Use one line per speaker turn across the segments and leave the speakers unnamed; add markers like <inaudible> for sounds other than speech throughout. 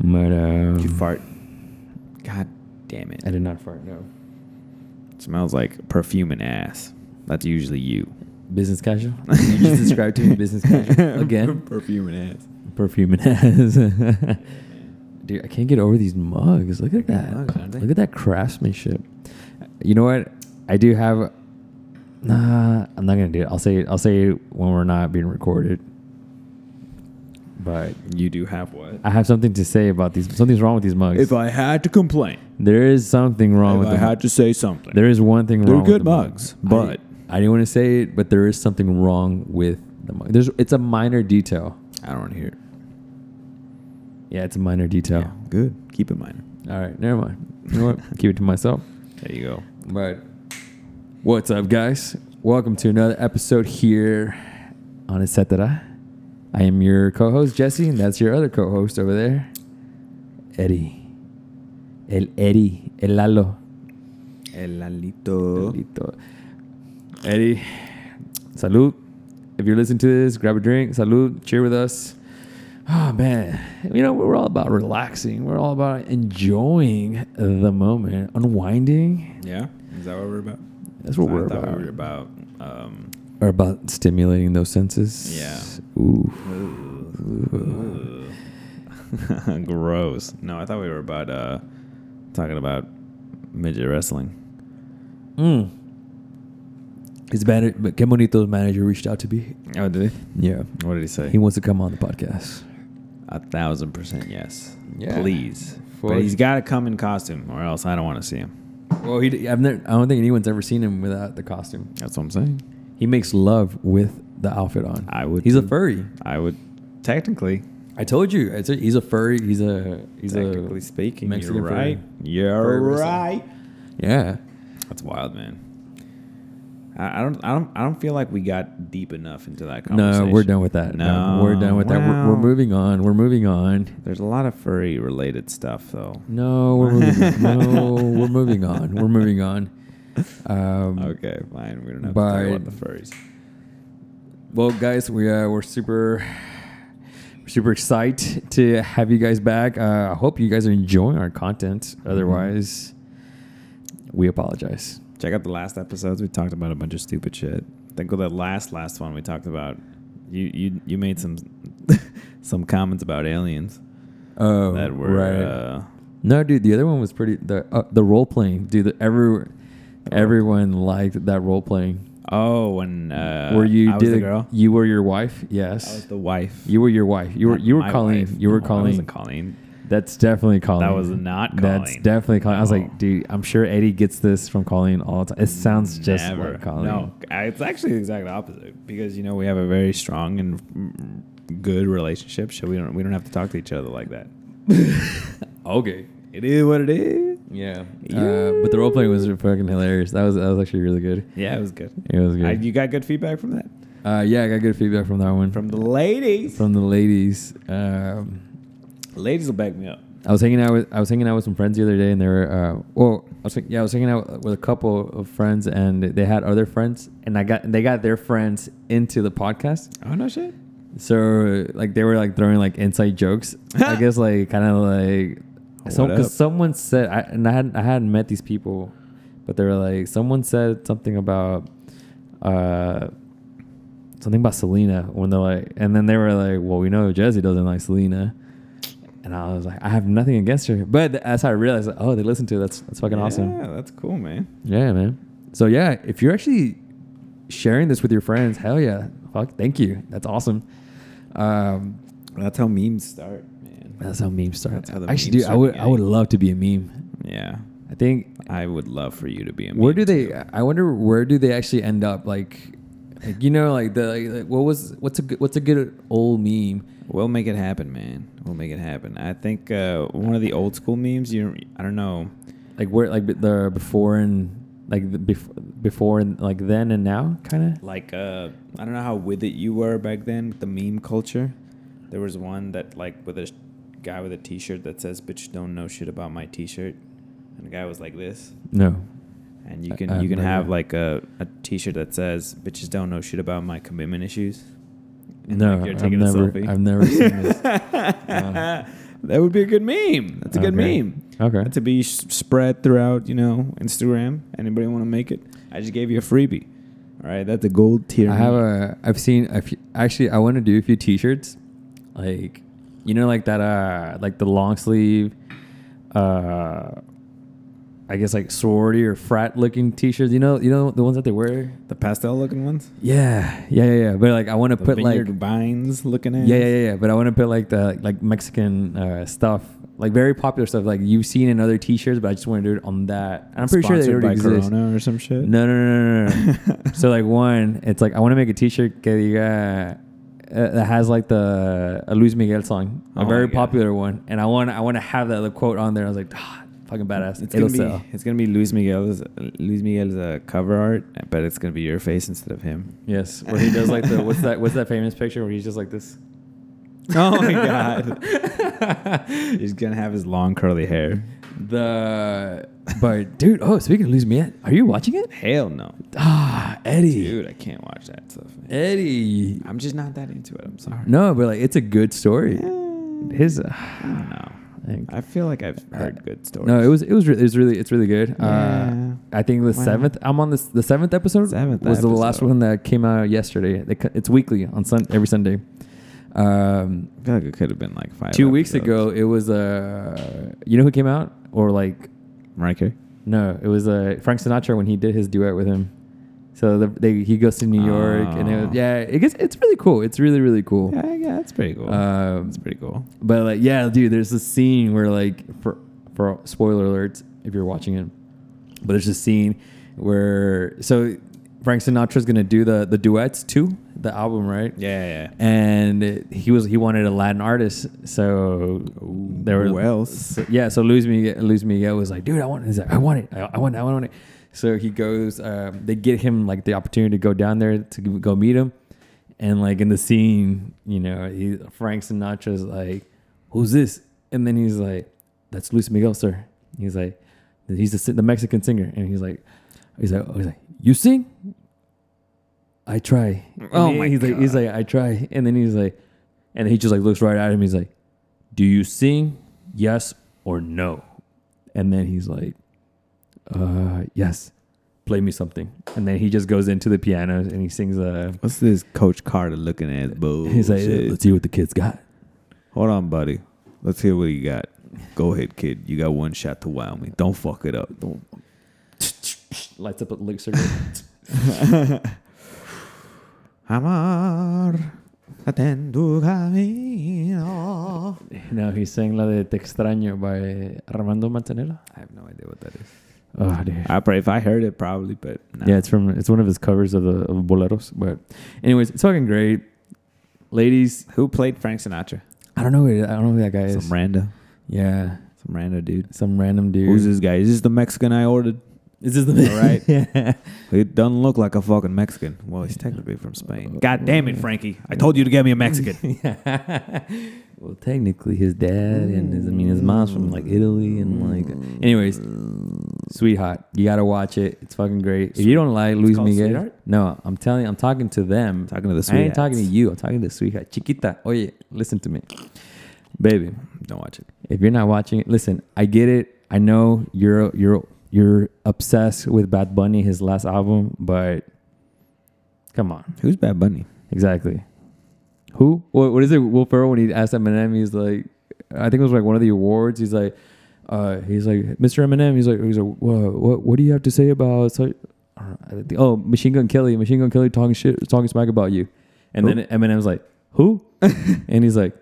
But um,
you fart. God damn it.
I did not fart. No.
smells like perfume and ass. That's usually you.
Business
<laughs>
casual. you just described to me business casual again.
perfume and ass.
Perfume and ass. <laughs> Dude, I can't get over these mugs. Look at
They're
that.
good mugs, aren't they?
Look at that craftsmanship. You know what? I do have. Nah, I'm not gonna do it. I'll say I'll say it when we're not being recorded. But
You do have what?
I have something to say about these. Something's wrong with these mugs.
If I had to complain,
there is something wrong
if
with
I
them.
had to say something,
There is one thing
They're
wrong. with
good
the mug.
mugs, but-
I, I didn't want to say it, but there is something wrong with the mug. There's it's a minor detail.
I don't want to hear it.
Yeah, it's a minor
Yeah,
detail.
good. Keep in mind.
All right, never mind. You know
<laughs>
what? Keep it to myself.
There you go.
But what's up, guys? Welcome to another episode here on Etcetera. I am your co-host Jesse, and that's your other co-host over there, Eddie. El Eddie, El Lalo.
El alito.
Listo. Eddie, salud. If you're listening to this, grab a drink, salud, cheer with us. Oh man, you know we're all about relaxing. We're all about enjoying the moment, unwinding.
Yeah, is that what we're about?
That's what
I
we're
thought
about.
We were about. Um,
Or about stimulating those senses.
Yeah.
Ooh.
Ooh. <laughs> Gross. No, I thought we were about uh, talking about midget wrestling.
Mm. His manager, Kemonito's manager, reached out to me.
Oh, did he?
Yeah.
What did he say?
He wants to come on the podcast.
a thousand percent yes.
Yeah.
Please.
For-
but he's got to come in costume, or else I don't want to see him.
Well, he, I've never, I don't think anyone's ever seen him without the costume.
That's what I'm saying.
He makes love with the outfit on.
I would
He's a
too.
furry.
I would technically,
I told you. I said he's a furry. He's a he's
technically
a
speaking,
Mexican
you're
furry.
right. You're
Furry wrestling.
right.
Yeah.
That's wild, man. I I don't, I don't, I don't feel like we got deep enough into that
No,
conversation.
we're done with that.
No,
we're done with that. We're,
well.
we're moving on. We're moving on.
There's a lot of furry related stuff, though.
No, we're moving on.
<laughs>
no, we're moving on. We're moving on. Um,
Okay, fine. We don't have to talk
But-
about the furries.
Well, guys, we uh, we're super we're super excited to have you guys back. Uh, I hope you guys are enjoying our content.
Mm-hmm.
Otherwise, we apologize.
Check out the last episodes. We talked about a bunch of stupid shit. Think of the last last one we talked about. You you you made some <laughs> some comments about aliens
Oh,
that were uh,
No, dude, the other one was pretty. The uh, the role playing, dude. The, every everyone liked that role playing.
oh and uh,
where you
I was
did
the
a-
girl.
You were your wife. Yes.
I was the wife.
you were your wife. You were
Not
you were
my
Colleen.
wife.
You were
No, I
Colleen.
wasn't Colleen.
That's definitely Colleen.
That was not
That's
Colleen.
definitely Colleen. I was
No.
like, dude, I'm sure Eddie gets this from Colleen all the time. It sounds just
Never.
like Colleen.
No, I- it's actually the exact opposite because you know we have a very strong and mm, good relationship, so we don't we don't have to talk to each other
<laughs>
like that.
Okay.
It is what it is.
Yeah.
Yeah.
Uh, but the role playing was fucking hilarious. That was that was actually really good.
Yeah, it was good.
It was
I,
good.
you got good feedback from that
uh, yeah, I got good feedback from that one
from the ladies.
from the ladies. Um,
ladies will back me up.
I was hanging out with I was hanging out with some friends the other day, and they were uh, well, I was hang- yeah, I was hanging out with a couple of friends, and they had other friends, and I got they got their friends into the podcast,
Oh no shit.
so like they were like throwing like inside
<laughs>
jokes, I guess like kind of like some
What up?
because someone said I, and I hadn't I hadn't met these people, but they were like someone said something about uh something about Selena when they're like, and then they were like, well, we know Jesse doesn't like Selena. And I was like, I have nothing against her, but that's how I realized, like, oh, they listen to it. that's that's fucking awesome.
Yeah, that's cool, man.
Yeah, man. So yeah, if you're actually sharing this with your friends, hell yeah, fuck, thank you, that's awesome. Um,
That's how memes start, man.
that's how memes start.
That's how the
actually,
memes
dude, I
start
would I would
getting.
love to be a meme.
Yeah,
I think
I would love for you to be a.
where do
meme,
they?
too.
I wonder where do they actually end up? Like, like you know, like the like, like, what was what's a good, what's a good old meme?
We'll make it happen, man. We'll make it happen. I think uh, one of the old school memes. You, I don't know.
Like where like the before and like the bef- before and like then and now kind of.
like uh I don't know how with it you were back then with the meme culture. There was one that like with a sh- guy with a T-shirt that says "Bitch don't know shit about my T-shirt," and the guy was like this.
No,
And you
I-
can
I
you can
remember.
have like a, a T-shirt that says "Bitches don't know shit about my commitment issues." <laughs>
no, I've never I've never seen this. No.
That would be a good meme. That's a good
Okay.
meme.
Okay.
To be s- spread throughout, you know, Instagram. Anybody want to make it? I just gave you a freebie. All right, that's a gold tier.
I have
meme.
a. I've seen a few. Actually, I want to do a few T-shirts, like you know, like that. Uh, like the long sleeve. Uh, I guess like sorority or frat looking T-shirts. You know, you know the ones that they wear.
the pastel looking ones.
Yeah, yeah, yeah. yeah. But like, I want to
The
put like.
vineyard vines looking at.
Yeah, yeah, yeah, yeah. But I want to put like the like Mexican uh, stuff, like very popular stuff, like you've seen in other T-shirts. But I just want to do it on that. And I'm pretty sure they
Sponsored
already
by
exist.
Corona or some shit.
No, no, no, no, no,
<laughs>
no. so like one, it's like I want to make a T-shirt que diga, uh, that has like the a Luis Miguel song, a
Oh my
very
God.
popular one, and I want I want to have that little quote on there. I was like, ah, fucking badass.
It's
It'll
gonna be
sell.
it's gonna be Luis Miguel's Luis Miguel's uh, cover art, but it's gonna be your face instead of him.
Yes, where he does like the what's that what's that famous picture where he's just like this.
<laughs> <laughs> Oh my god! <laughs> He's gonna have his long curly hair.
<laughs> The but dude, oh speaking of Luis Miguel, are you watching it?
Hell no,
Ah, Eddie,
dude! I can't watch that stuff. man.
Eddie.
I'm just not that into it. I'm sorry.
No, but like it's a good story.
Eh,
His.
I don't know.
Like-
I feel like I've heard good stories.
No, it was it was re- it was really it's really good.
Yeah.
Uh, I think the
Wow.
seventh. I'm on this the seventh episode.
Seventh
was the last
episode.
one that came out yesterday. They, cu- it's weekly on sun every Sunday. Um,
I feel like it could have been like five.
two weeks
episodes.
ago, it was uh, you know who came out or like
Mariah Carey.
no, it was uh, Frank Sinatra when he did his duet with him. So the, they he goes to New York and it
Oh.
was, yeah, it gets it's really cool. It's really really cool.
Yeah, yeah, that's pretty cool.
Um,
that's pretty cool.
But like, yeah, dude, there's this scene where like, for for spoiler alerts, if you're watching it, but there's this scene where so Frank Sinatra's gonna do the the duets too, the album, right?
Yeah, yeah.
And he was he wanted a Latin artist, so
Ooh,
there were
who else?
yeah, so Luis Miguel, Luis Miguel was like, dude, I want, it. He's like, I want it, I, I want, it. I want it. So he goes, um, they get him like the opportunity to go down there to g- go meet him, and like in the scene, you know, he, Frank Sinatra's like, who's this? And then he's like, that's Luis Miguel, sir. He's like, he's the, si- the Mexican singer, and he's like, he's like, he's like, you sing? I try. And
Oh
he-
my
he's like, he's
God.
like, I try, and then he's like, and he just like looks right at him. He's like, do you sing? Yes or no? And then he's like, uh, yes. Play me something. And then he just goes into the piano and he sings uh
What's this Coach Carter looking at? Bullshit.
he's like, let's see what the kids got.
Hold on, buddy. Let's hear what you got. Go ahead, kid. You got one shot to wow me. Don't fuck it up. Don't. <laughs>
Lights up a lick cigarette. <laughs>
Amar, atén tu camino.
no, he's saying La de Te Extraño by Armando Manzanella.
I have no idea what that is.
Oh, dude.
I pray if I heard it, probably, but nah.
Yeah, it's from it's one of his covers of the of boleros. But anyways, it's fucking great. Ladies,
Who played Frank Sinatra?
I don't know who I don't know who that guy is.
Some rando.
yeah.
Some rando dude.
Some random dude.
Who's this guy? Is this the Mexican I ordered?
Is this the
All right.
<laughs> yeah.
It doesn't look like a fucking Mexican. Well, he's technically from Spain. God damn it, Frankie. I told you to get me a Mexican.
well, technically, his dad and his, I mean, his mom's from like Italy and like. Anyways, sweetheart, you gotta watch it. It's fucking great. If you don't like Luis
called
Miguel,
Sweetheart?
no, I'm telling you, I'm talking to them.
Talking to
I
the
ain't
sweethearts.
talking to you. I'm talking to sweetheart, chiquita. Oye, listen to me, baby.
<laughs> Don't watch it.
If you're not watching it, listen. I get it. I know you're you're you're obsessed with Bad Bunny, his last album, but come on.
Who's Bad Bunny?
Exactly. Who? What, what is it? Will Ferrell when he asked Eminem, he's like, I think it was like one of the awards. He's like, uh, he's like, Mr. Eminem. He's like, he's like, what? What, what do you have to say about? So, I don't know. oh, Machine Gun Kelly, Machine Gun Kelly talking shit, talking smack about you, and
Who?
then Eminem's like, who? <laughs> and he's like,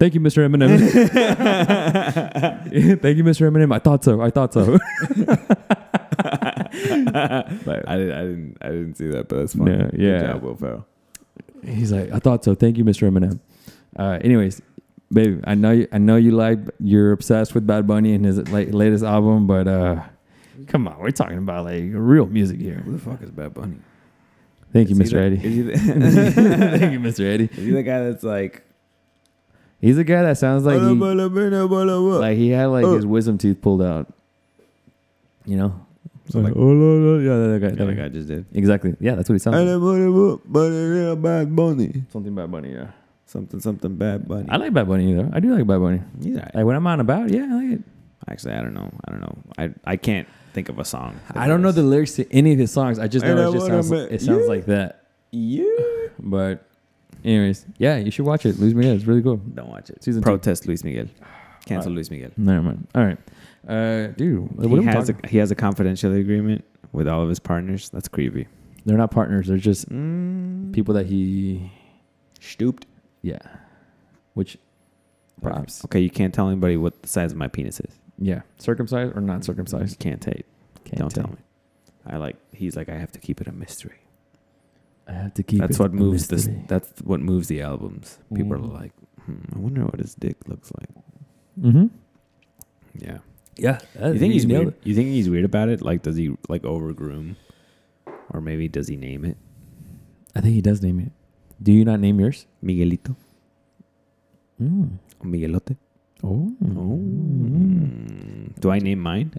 thank you, Mr.
<laughs>
Eminem. <laughs> thank you, Mr. Eminem. I thought so. I thought so. <laughs>
I didn't, I didn't, I didn't see that, but that's
funny. No, Good yeah. job, He's like, I thought so. Thank you, Mr. Eminem. Uh, anyways, babe, I know you, I know you like you're obsessed with Bad Bunny and his like, latest album, but uh, come on, we're talking about like real music here.
Who the fuck is Bad Bunny?
Thank you,
Is he
Mr. Eddie. <laughs>
the- <laughs> Is he, the,
Thank you, Mr. Eddie.
is he the guy that's like,
He's a guy that sounds like he,
like
like he had like
Uh.
his wisdom teeth pulled out. You know,
So like-
oh, la, la, yeah, that guy,
the
that
other
guy.
guy just did?
Exactly. Yeah, that's what he sounds like.
Bad Bunny.
Something Bad Bunny. Yeah.
Something, something, Bad Bunny.
I like Bad Bunny though. I do like Bad Bunny.
He's all right.
Like when I'm on about, yeah, I like it.
Actually, I don't know. I don't know. I I can't think of a song. that
I don't know
is-
the lyrics to any of his songs. I just
I
know
know
it just
what I
sounds,
meant.
it sounds
Yeah.
like that.
You
But, anyways, yeah, you should watch it. Lose Me It's really cool.
don't watch it.
Season
Protest Luis Miguel. Cancel
All
Luis Miguel.
Never mind. All right, uh, dude. what
He
are we
has
talking-
a, he has a confidentiality agreement with all of his partners. That's creepy.
they're not partners. They're just
Mm.
people that he.
stooped.
Yeah. Which, props.
Okay, you can't tell anybody what the size of my penis is.
Yeah, circumcised or not circumcised?
You can't take.
Can't
don't tell
tell.
me. I like. He's like. I have to keep it a mystery.
I have to keep.
that's
it
what
a
moves this.
mystery.
That's what moves the albums. People are
Mm.
like, hmm, I wonder what his dick looks like.
Mm-hmm.
Yeah.
Yeah.
You think he's weird? You think he's weird about it? Like, does he like over groom, or maybe does he name it
I think he does name it. Do you not name yours?
Miguelito
Mm.
or Miguelote?
Oh.
Mm. Do I name mine?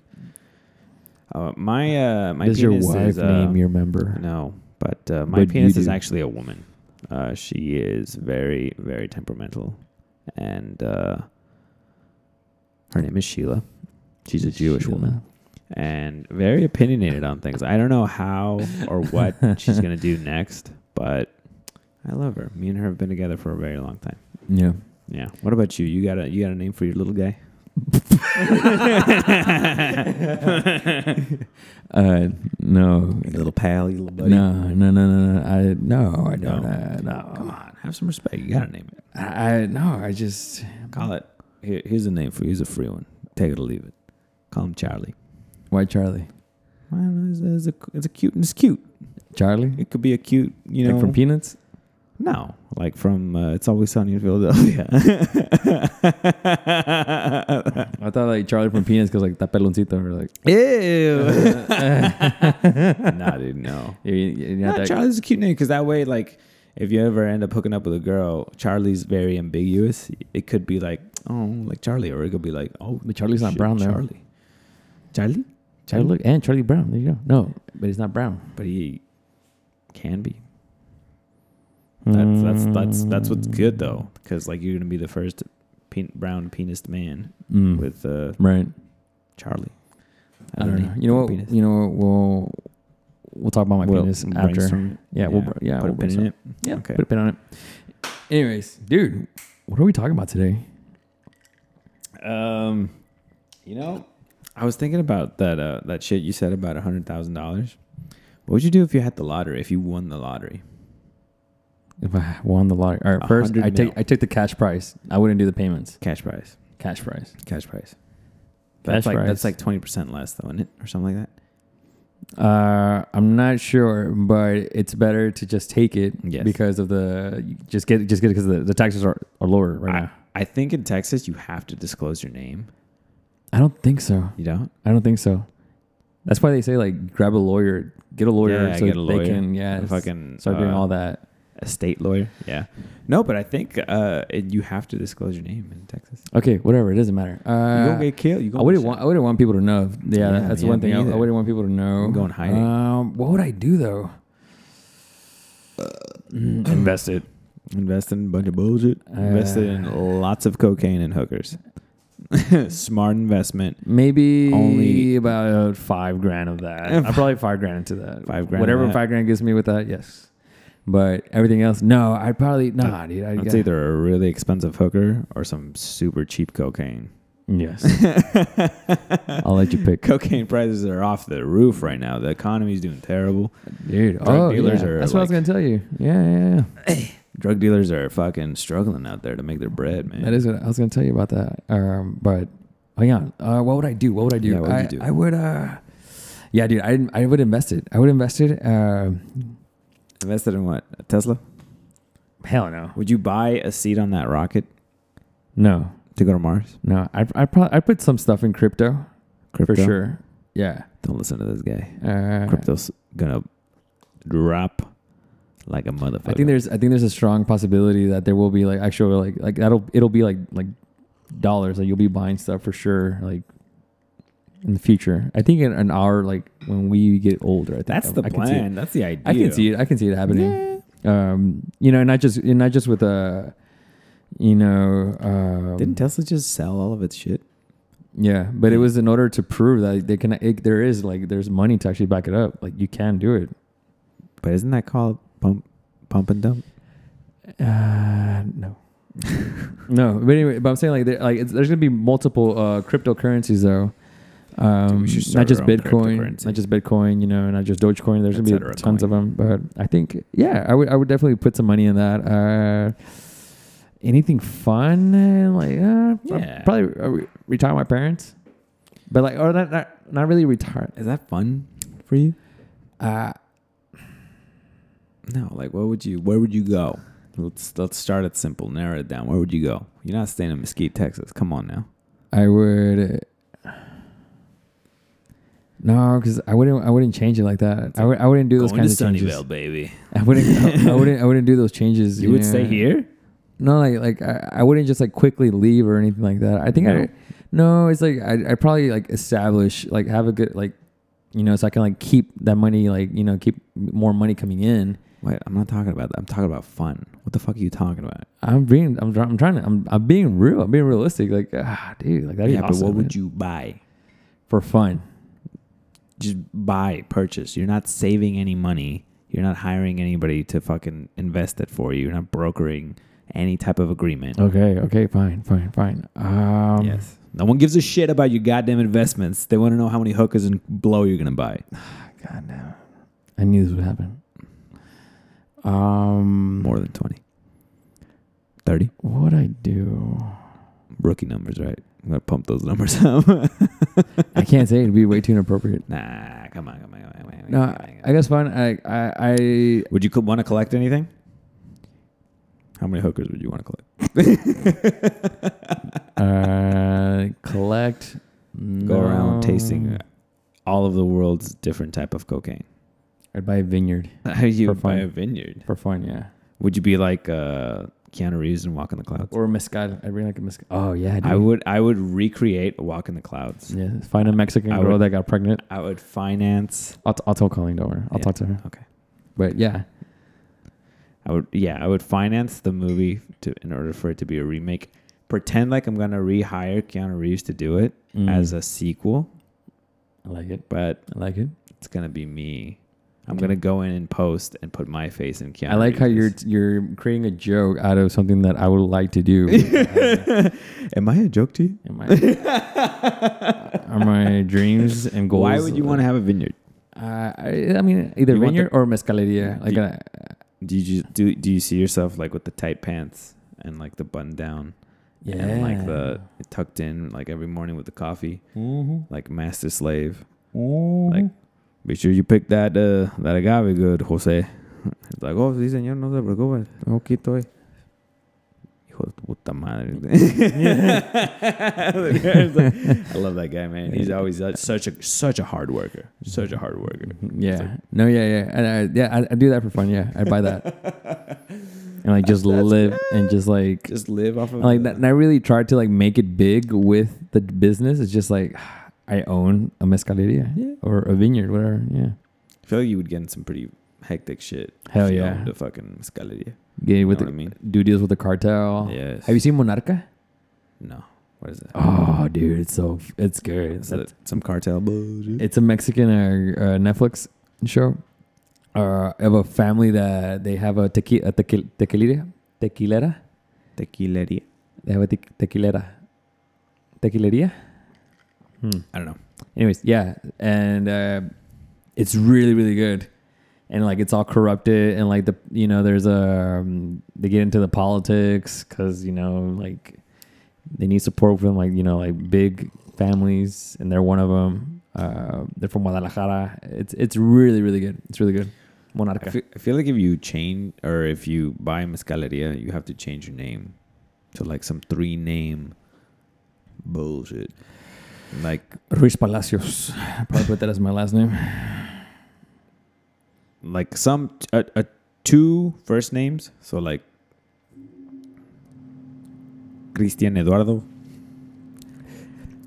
Uh, my uh, my
Does your
penis
wife
is, uh,
name your member?
No, but uh,
But
my
you
penis is
do.
actually a woman. Uh, she is very, very temperamental, and uh, her name is Sheila. She's a Jewish
Sheila.
woman and very opinionated on things. I don't know how or what she's
<laughs>
gonna do next, but I love her. Me and her have been together for a very long time.
Yeah.
Yeah. What about you? You got a you got a name for your little <laughs> guy?
Uh, no.
little pal, you little
No, no, no, no, no. I no, I
No.
don't. uh, No,
Come on, have some respect. You gotta name it.
I, I no. I just
Call it. Here, here's a name for you. Here's a free one. Take it or leave it. Call him Charlie.
why Charlie?
I don't know. It's, it's a, it's a cute. It's cute.
Charlie,
It could be a cute. You know.
like from Peanuts.
no, like from. Uh, it's always sunny in Philadelphia. <laughs>
I thought like Charlie from Peanuts because like that peloncito or <laughs> like
Ew. <laughs> nah, dude. No.
you- you- you're
Nah,
not that-
Charlie's a cute name because that way, like, if you ever end up hooking up with a girl, Charlie's very ambiguous. It could be like, oh, like Charlie, or it could be like, oh,
But Charlie's not
shit,
brown though.
Charlie. Charlie.
Charlie, look, and Charlie Brown. There you go. No, but he's not brown.
but he can be. That's that's that's that's what's
Mm.
good though, because like you're gonna be the first pe- brown penis man
Mm.
with uh,
right.
Charlie.
I don't know. You know what? You know what? We'll we'll talk about my penis after. Yeah, we'll br- yeah,
put
we'll
a pin in
brainstorm.
it.
Yeah.
Okay.
Put a pin on it. Anyways, dude, what are we talking about today?
Um, you know, I was thinking about that uh, that shit you said about a hundred thousand dollars. What would you do if you had the lottery? If you won the lottery,
If I won the lottery, all
A
right. First,
hundred
I take
mil.
I took the cash price. I wouldn't do the payments.
cash prize,
Cash price.
cash prize.
Cash
That's like
prize.
that's like twenty percent less though, isn't it, or something like that?
Uh, I'm not sure, but it's better to just take it
Yes.
because of the just get just get it because the, the taxes are, are lower right now.
I, I think in Texas you have to disclose your name.
I don't think so.
You don't.
I don't think so. That's why they say like grab a lawyer, get a lawyer,
Yeah,
so
get a lawyer.
they can yeah
A fucking,
start doing
uh,
all that.
a state lawyer. Yeah. No, but I think uh, it, you have to disclose your name in Texas.
Okay, whatever. It doesn't matter.
you
Uh,
don't get killed. You
I wouldn't want I wouldn't want people to know. Yeah,
Yeah,
that's
yeah,
one thing.
me
I, I
either.
wouldn't want people to know.
I'm going hiding.
Um, what would I do though?
invest it. Invest Mm-hmm. in a bunch of bullshit. Invested
Uh,
in lots of cocaine and hookers. <laughs> Smart investment.
Maybe
Only-
only about five grand of that. I probably five grand into that.
Five grand
Whatever
of that.
five grand gives me with that, yes. But everything else, no. I'd probably nah, dude. I'd
It's
get-
either a really expensive hooker or some super cheap cocaine. <laughs>
Yes. <laughs> I'll let you pick,
Cocaine prices are off the roof right now. The economy's doing terrible.
dude.
Drug
Oh,
dealers
yeah.
are
That's what I was gonna tell you. Yeah, yeah, yeah.
Drug dealers are fucking struggling out there to make their bread, man.
That is what I was going to tell you about that. Um, but hang on. Uh, what would I do? What would I do?
Yeah, what would
I,
you do?
I would. Uh, yeah, dude. I I would invest it. I would invest it. Uh,
invested in what? A Tesla?
hell no.
Would you buy a seat on that rocket
No,
to go to Mars?
no. I I probably I put some stuff in crypto,
Crypto?
for sure. Yeah.
Don't listen to this guy.
Uh,
Crypto's gonna drop like a motherfucker.
I think there's I think there's a strong possibility that there will be like actual like like that'll it'll be like like dollars like you'll be buying stuff for sure like in the future. I think in an hour like when we get older, I think
that's
I-
the
I can see it.
plan. That's the idea.
I can see it. I can see it happening. Um, you know, and not just and not just with uh you know, um,
Didn't Hmm. Tesla just sell all of its shit?
Yeah, but it was in order to prove that they can. It, there is like there's money to actually back it up. Like you can do it.
But isn't that called pump, pump and dump?
Uh, no. <laughs> no, but anyway, but I'm saying like there, like it's, there's gonna be multiple uh, cryptocurrencies though. Um,
should
not
start
just
our own
Bitcoin,
cryptocurrency.
not just Bitcoin, you know, not just Dogecoin. There's
Et
gonna be
cetera,
tons of them, but I think yeah, I would I would definitely put some money in that. Uh, anything fun? eh, Like uh, I'm
Yeah.
probably uh, re- retire my parents, but like or not not, not really retire.
Is that fun for you?
Uh,
No, like what would you? Where would you go? Let's let's start it simple. Narrow it down. Where would you go? You're not staying in Mesquite, Texas. Come on now.
I would. No, because I wouldn't. I wouldn't change it like that. I would. I wouldn't do those
Going to
kinds of
Sunnyvale,
changes.
baby.
I
<laughs>
wouldn't. I wouldn't. I wouldn't do those changes.
You would
know.
stay here.
No, like like I, I wouldn't just like quickly leave or anything like that. I think
No.
I. No, it's like I. I probably like establish like have a good like, you know, so I can like keep that money like you know keep more money coming in.
Wait, I'm not talking about that. I'm talking about fun. What the fuck are you talking about?
I'm being. I'm. try- I'm trying to. I'm. I'm being real. I'm being realistic. Like, ah, dude. Like that'd
yeah,
be awesome.
but what
man.
would you buy?
for fun?
Just buy, purchase. You're not saving any money. You're not hiring anybody to fucking invest it for you. You're not brokering any type of agreement.
Okay. Okay. Fine. Fine. Fine. Um,
yes. No one gives a shit about your goddamn investments. They want to know how many hookers and blow you're gonna buy.
God damn. I knew this would happen. Um,
More than 20. 30.
what would I do?
Rookie numbers, right? I'm gonna pump those numbers <laughs> up. nah,
I can't say it'd be way too
<laughs>
inappropriate.
come on, come on, come on. Come on,
No,
come on.
I guess fine. I, I, I
Would you want to collect anything? How many hookers would you want to collect?
uh, collect.
Go around tasting
no.
all of the world's different type of cocaine.
I'd buy a vineyard
you
For
would buy
fun.
a vineyard.
for fun. Yeah.
Would you be like uh, Keanu Reeves in Walk in the Clouds?
Or mezcal. I'd bring like a mezcal. Oh yeah. Dude.
I would. I would recreate a Walk in the Clouds.
Yeah. Find a Mexican
I
girl
would-
that got pregnant.
I would finance.
I'll, t- I'll tell Colleen. Don't worry. I'll
Yeah.
talk to her.
Okay.
But yeah.
I would yeah, I would finance the movie to in order for it to be a remake. Pretend like I'm gonna rehire Keanu Reeves to do it
Mm.
as a sequel,
I like it.
but
I like it.
it's gonna be me. I'm
Okay.
gonna go in and post and put my face in Keanu.
I like how you're
Reeves'.
you're creating a joke out of something that I would like to
<laughs>
do.
Am I a joke to you?
Am I- are my dreams and goals?
Why would you want to have a vineyard?
Uh, I, I mean, either
You want
vineyard or mezcaleria. Like,
Do-
uh,
Do you just, do do you see yourself like with the tight pants and like the button down
yeah,
and like the tucked in like every morning with the coffee, like master slave? Like, be sure you pick that uh, that agave good, Jose. It's like, oh, sí, señor, no se preocupe. Aquí estoy. Hijo de tu puta madre.
<laughs>
<laughs> The guy's like- I love that guy, man. He's always uh, such a such a hard worker. Such a hard worker.
mm-hmm, yeah, no, yeah, yeah, and I, yeah, I, I do that for fun. Yeah, I buy that,
<laughs>
and like just live and just like
Just live off of
like
the-
that. And I really tried to like make it big with the business. It's just like <sighs> I own a mezcaleria
Yeah.
or a vineyard, whatever. Yeah,
I feel like you would get in some pretty hectic shit.
Hell
if you
yeah.
owned a fucking escalator.
yeah,
You know
with
what I
the,
mean?
do deals with the cartel.
Yes.
Have you seen Monarca?
No. What is that?
Oh, dude, it's so it's good.
Is that some cartel? bullshit?
It's a Mexican uh, uh, Netflix show uh, of a family that they have a, tequi- a tequi- tequilera. Tequilera.
Tequileria.
They have a te- tequilera. Tequileria. Hmm.
I don't know.
Anyways, yeah, and uh, it's really really good, and like it's all corrupted, and like the you know there's a um, they get into the politics because you know like they need support from like you know like big families, and they're one of them. Uh, they're from Guadalajara. It's it's really really good. It's really good.
I
Monarca.
feel, I feel like if you change or if you buy Mescaleria, you have to change your name to like some three name bullshit. Like
Ruiz Palacios. I probably put that as my last name.
like some a, a two first names. So like Cristian Eduardo.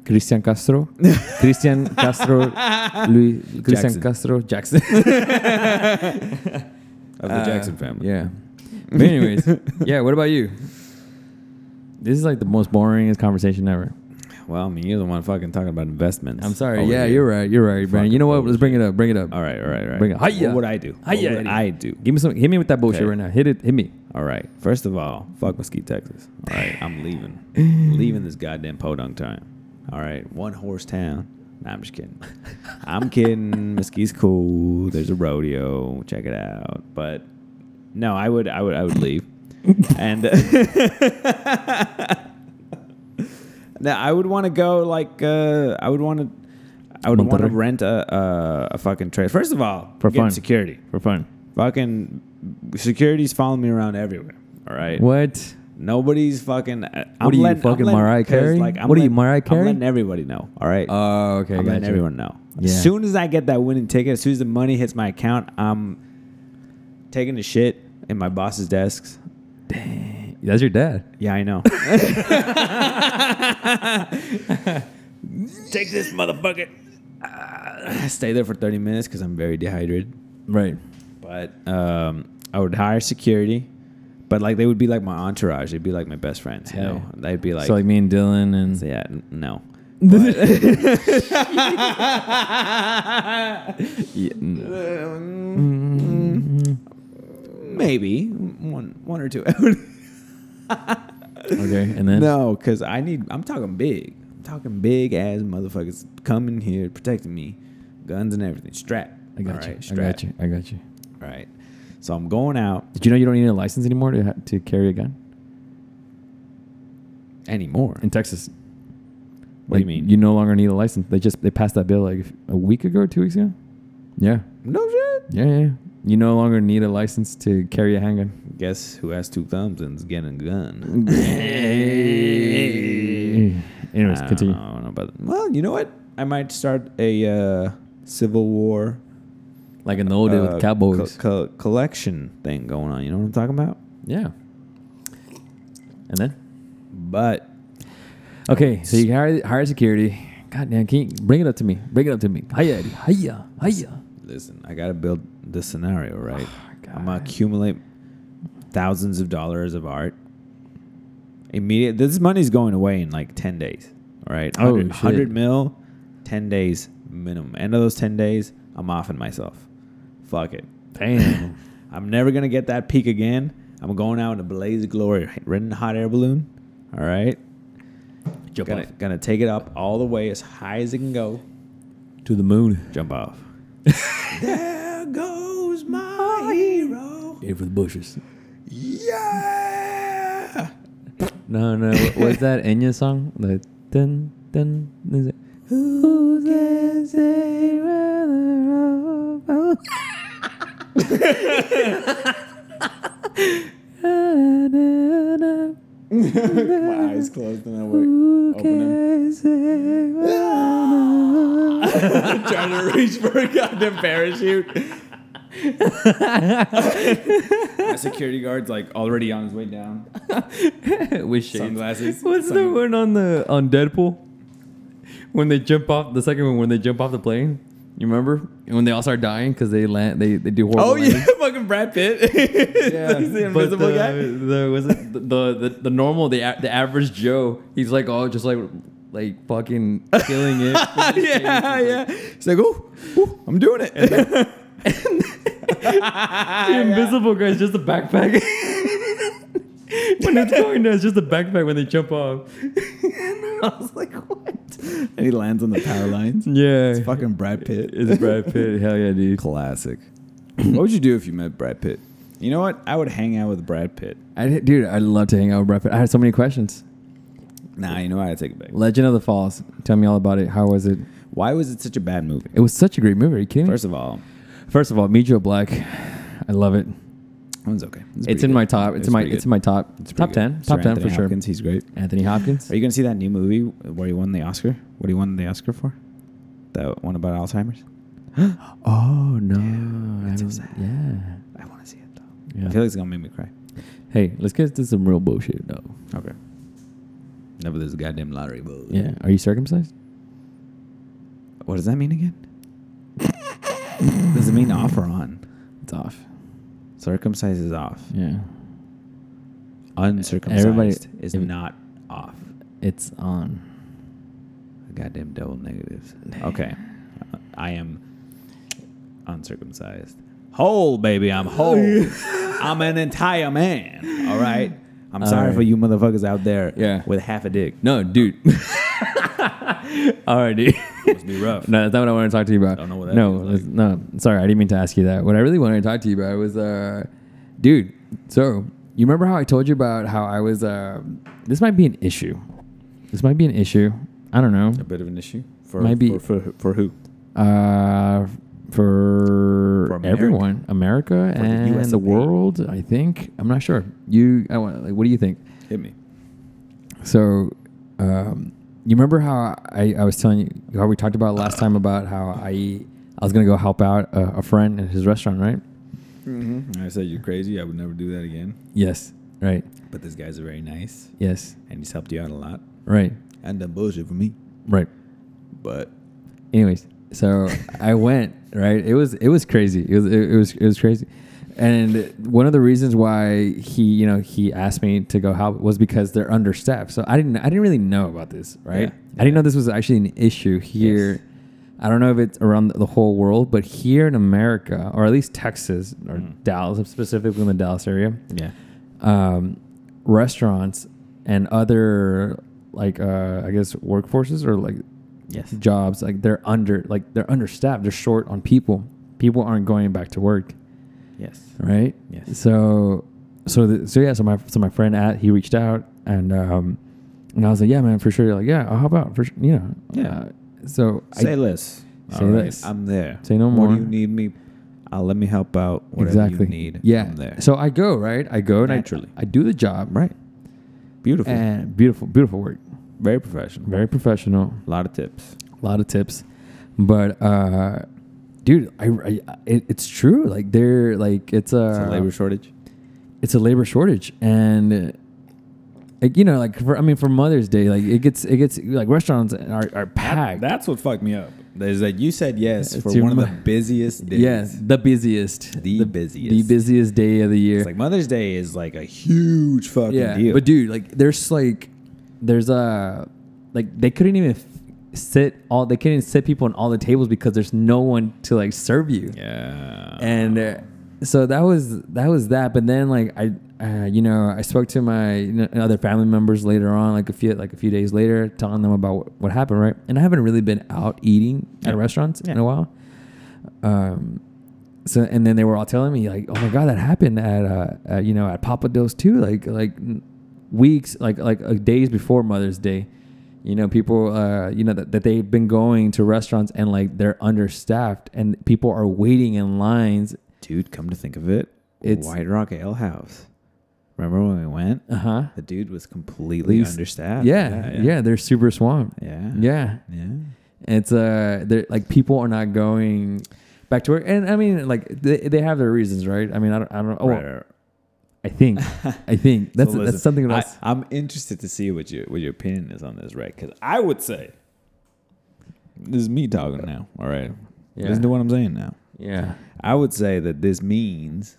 Cristian Castro. <laughs> Cristian Castro. Luis. Cristian
Jackson.
Castro Jackson.
Of the
Uh, Ah,
Jackson
<laughs>
family.
Yeah. But anyways, yeah. What about you? this is like the most boringest conversation ever.
Well, I mean, you're the one fucking talking about investments.
I'm sorry.
over
Oh, yeah,
here.
you're right. You're right, Brandon. You know what? Let's bring it up. Bring it up.
All right, all right, all right.
Bring it. Hiya.
What would I do?
Hiya.
What would I do?
Give me some. Hit me with that bullshit
Okay.
right now. Hit it. Hit me.
All right. First of all, fuck Mesquite, Texas. All right,
<laughs>
I'm leaving. leaving this goddamn podunk town. All right, one horse town. Nah, I'm just kidding. I'm
<laughs>
kidding. Mesquite's cool. There's a rodeo. Check it out. But no, I would, I would, I would leave. and <laughs> no, I would want to go like uh, I would want to. I would want to
Monterrey.
rent a, a a fucking trailer. First of all,
For
get
fun.
security.
For fun.
Fucking security's following me around everywhere. All right.
What?
Nobody's fucking. uh, I'm
are you,
letting, I'm
fucking
letting-
Mariah
'cause,
Carey?
Like, I'm
What are you,
letting-
Mariah Carey?
I'm letting everybody know. All right.
Oh, okay.
I'm letting
gotcha.
everyone know.
Yeah.
As soon as I get that winning ticket, as soon as the money hits my account, I'm taking the shit in my boss's desks.
That's your dad.
Yeah,
<laughs>
I know. Take this motherfucker. Ah, stay there for 30 minutes because I'm very dehydrated.
Right.
But um, I would hire security. But like they would be like my entourage. They'd be like my best friends. You
Yeah.
know, they'd be like,
so like me and Dylan and
yeah, n- no.
Yeah, no.
<laughs> Maybe one, one or two. hours.
okay, and then
no, because I need. I'm talking big. I'm talking big ass motherfuckers coming here protecting me, guns and everything. Strap.
I got
All
you.
right,
I got you. I got you.
All right. So I'm going out
Did you know you don't need a license anymore to ha- to carry a gun
anymore.
in Texas?
What do you mean?
You no longer need a license. They just they passed that bill like a week ago or two weeks ago. Yeah.
no shit.
Yeah, yeah. yeah. You no longer need a license to carry a handgun.
Guess who has two thumbs and is getting a gun?
Anyways,
I don't
continue.
know, I don't know about that. Well, you know what? I might start a uh, Civil War
Like in the old days
uh,
with cowboys.
co- co- collection thing going on. You know what I'm talking about?
yeah. And then.
But
Okay, so you hire hire security. God damn, can you bring it up to me? Bring it up to me. Hiya, Eddie. hiya, hiya. Oh,
listen, I gotta build this
<sighs>
scenario right.
God.
I'm gonna accumulate thousands of dollars of art. Immediate. This money's going away in like ten days. All right.
Oh,
100,
shit.
100 mil, ten days minimum. End of those ten days, I'm offing myself. Fuck it.
Damn.
<laughs> I'm never gonna get that peak again. I'm going out in a blaze of glory, renting a hot air balloon. All right.
Jump
Gonna, gonna take it up all the way as high as it can go.
to the moon.
Jump off. <laughs> there goes my hero.
In for the bushes.
Yeah.
No, no. what-
<laughs>
What's that Enya song? The dun dun. Is it? Who can say whether
my eyes closed and I were trying to reach for a goddamn parachute. my security guard's like already on his way down.
With shades.
Sunglasses.
What's the
Sun-
one on the on Deadpool? When they jump off the second one, when they jump off the plane, you remember? And when they all start dying because they land, they, they do horrible.
Oh yeah, <laughs>
landings.
fucking Brad Pitt.
<laughs>
<laughs>
yeah.
He's the
But
invisible
the,
guy.
The, was it the, the the normal the a- the average Joe? He's like all just like like fucking killing <laughs> it.
<laughs> yeah, yeah. He's like, oh, oh, I'm doing <laughs> it.
the invisible guy is just a backpack. <laughs> when it's going down, it's just a backpack when they jump <laughs> off. I was like, what?
and he lands on the power <laughs> lines.
Yeah. It's,
Fucking Brad Pitt.
Brad <laughs> Pitt. Hell yeah, dude.
Classic.
<clears throat>
what would you do if you met Brad Pitt? You know what? I would hang out with Brad Pitt.
I did, dude, I'd love to hang out with Brad Pitt. I had so many questions.
Nah, you know what? I take it back.
Legend of the Falls. Tell me all about it. How was it?
Why was it such a bad movie?
It was such a great movie. Are you kidding? me?
First of all,
first of all, Mijo Black. I love it.
that one's okay.
It's in my top. It's in my. It's in my top. top ten. Top ten for
sure. He's great.
sure. Anthony Hopkins.
Are you gonna see that new movie where he won the Oscar? What he won the Oscar for? That one about
<gasps>
Alzheimer's.
Oh no! I
that's so
haven't-
sad.
yeah.
I want to see it though.
Yeah.
I feel like it's gonna make me cry.
Hey, let's get to some real bullshit though.
Okay. Never this goddamn lottery bull.
Yeah. Are you circumcised?
What does that mean
<laughs>
again? does it mean off or on?
It's off.
Circumcised is off.
Yeah.
Uncircumcised
Everybody-
is
ev-
not off.
It's on.
Goddamn double negatives. Okay. I am uncircumcised. Whole, baby. I'm whole. I'm an entire man. All right. I'm
All
sorry
right.
for you motherfuckers out there
Yeah.
with half a dick.
No, dude. <laughs> All right, dude.
Must be
<laughs>
rough.
No, that's not what I wanted to talk to you about.
Don't know what that
no,
feels like.
that's- no. Sorry, I didn't mean to ask you that. What I really wanted to talk to you about was, uh, dude. So you remember how I told you about how I was? Uh, this might be an issue. This might be an issue. I don't know.
A bit of an issue. For,
Might be-
for, for, for who?
Uh, for,
For America.
everyone, America
the
and
US
the
of A.
world. I think. I'm not sure. You. I want. Like, what do you think?
Hit me.
So, um, you remember how I, I was telling you how we talked about last time about how I I was gonna go help out a, a friend at his restaurant, right?
I said, You're crazy. I would never do that again.
Yes, right.
But this guy's very nice
Yes,
and he's helped you out a lot.
right,
And done bullshit for me.
right.
But
Anyways, so I went. Right, it was it was crazy. It was it, it was it was crazy. And one of the reasons why he, you know, he asked me to go help was because they're understaffed. So I didn't, I didn't really know about this, right?
Yeah.
I didn't know this was actually an issue here.
Yes.
I don't know if it's around the whole world, but here in America, or at least Texas or Dallas, specifically in the Dallas area,
Mm. yeah.
um, restaurants and other like uh, I guess workforces or like
Yes.
jobs like they're under like they're understaffed. They're short on people. People aren't going back to work,
Yes.
right?
Yes.
So, so the, so yeah. So my so my friend at he reached out and um, and I was like, yeah, man, for sure. You're like, yeah, I'll help out for sure. You know,
Yeah.
Uh, so I-
Say less.
Say less.
I'm there.
Say no
What
more.
do you need me? I'll let me help out. Whatever
exactly.
you need.
yeah.
I'm there.
So I go right. I go and I-
Naturally.
I, do the job
right. Beautiful.
and beautiful, beautiful work.
Very professional.
Very professional.
A lot of tips.
A lot of tips, but uh, dude, I, I it, it's true. Like they're like it's a,
It's a labor shortage.
it's a labor shortage and. uh, Like, you know, like for I mean, for Mother's Day, like it gets it gets like restaurants are, are packed.
That's what fucked me up. Is that you said yes
It's
for
your
one of the
mo-
busiest days.
Yes, the busiest,
The
the
busiest.
busiest day of the year.
It's like Mother's Day is like a huge fucking
yeah,
deal.
but dude, like there's like there's a like they couldn't even f- sit all they couldn't sit people on all the tables because there's no one to like serve you,
yeah.
and uh, so that was that was that. But then like I uh, you know I spoke to my you know, other family members later on like a few like a few days later telling them about what, what happened right, and I haven't really been out eating at
Yeah.
restaurants in
Yeah.
a while. Um, so and then they were all telling me like, oh my god, that happened at uh, at, you know at Papa Do's too, like like n- weeks like like uh, days before Mother's Day. You know, people, uh, you know, that, that they've been going to restaurants and like they're understaffed and people are waiting in lines.
dude, come to think of it,
It's-
White Rock Ale House. Remember when we went?
Uh huh.
The dude was completely
He's-
understaffed.
Yeah, yeah, They're super swamped.
Yeah.
Yeah.
Yeah.
It's, uh, they're like people are not going back to work. And I mean, like they, they have their reasons, right? I mean, I don't, I don't, oh,
Right, right, right.
I think, I think that's,
<laughs> So listen,
that's something that's,
I, am interested to see what your what your opinion is on this, right? Because I would say this is me talking now. All right,
Yeah.
listen to what I'm saying now.
yeah.
I would say that this means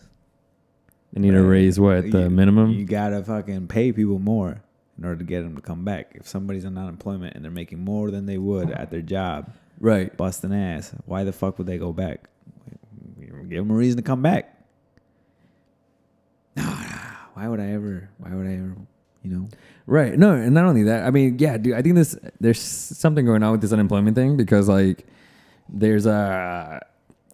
They need to raise what the
you-
minimum.
You gotta fucking pay people more in order to get them to come back. If somebody's on unemployment and they're making more than they would at their job,
right.
busting ass, why the fuck would they go back? Give them a reason to come back. No, no. Why would I ever? Why would I ever? You know.
Right. No, and not only that. I mean, yeah, dude. I think this there's something going on with this unemployment thing because like there's a.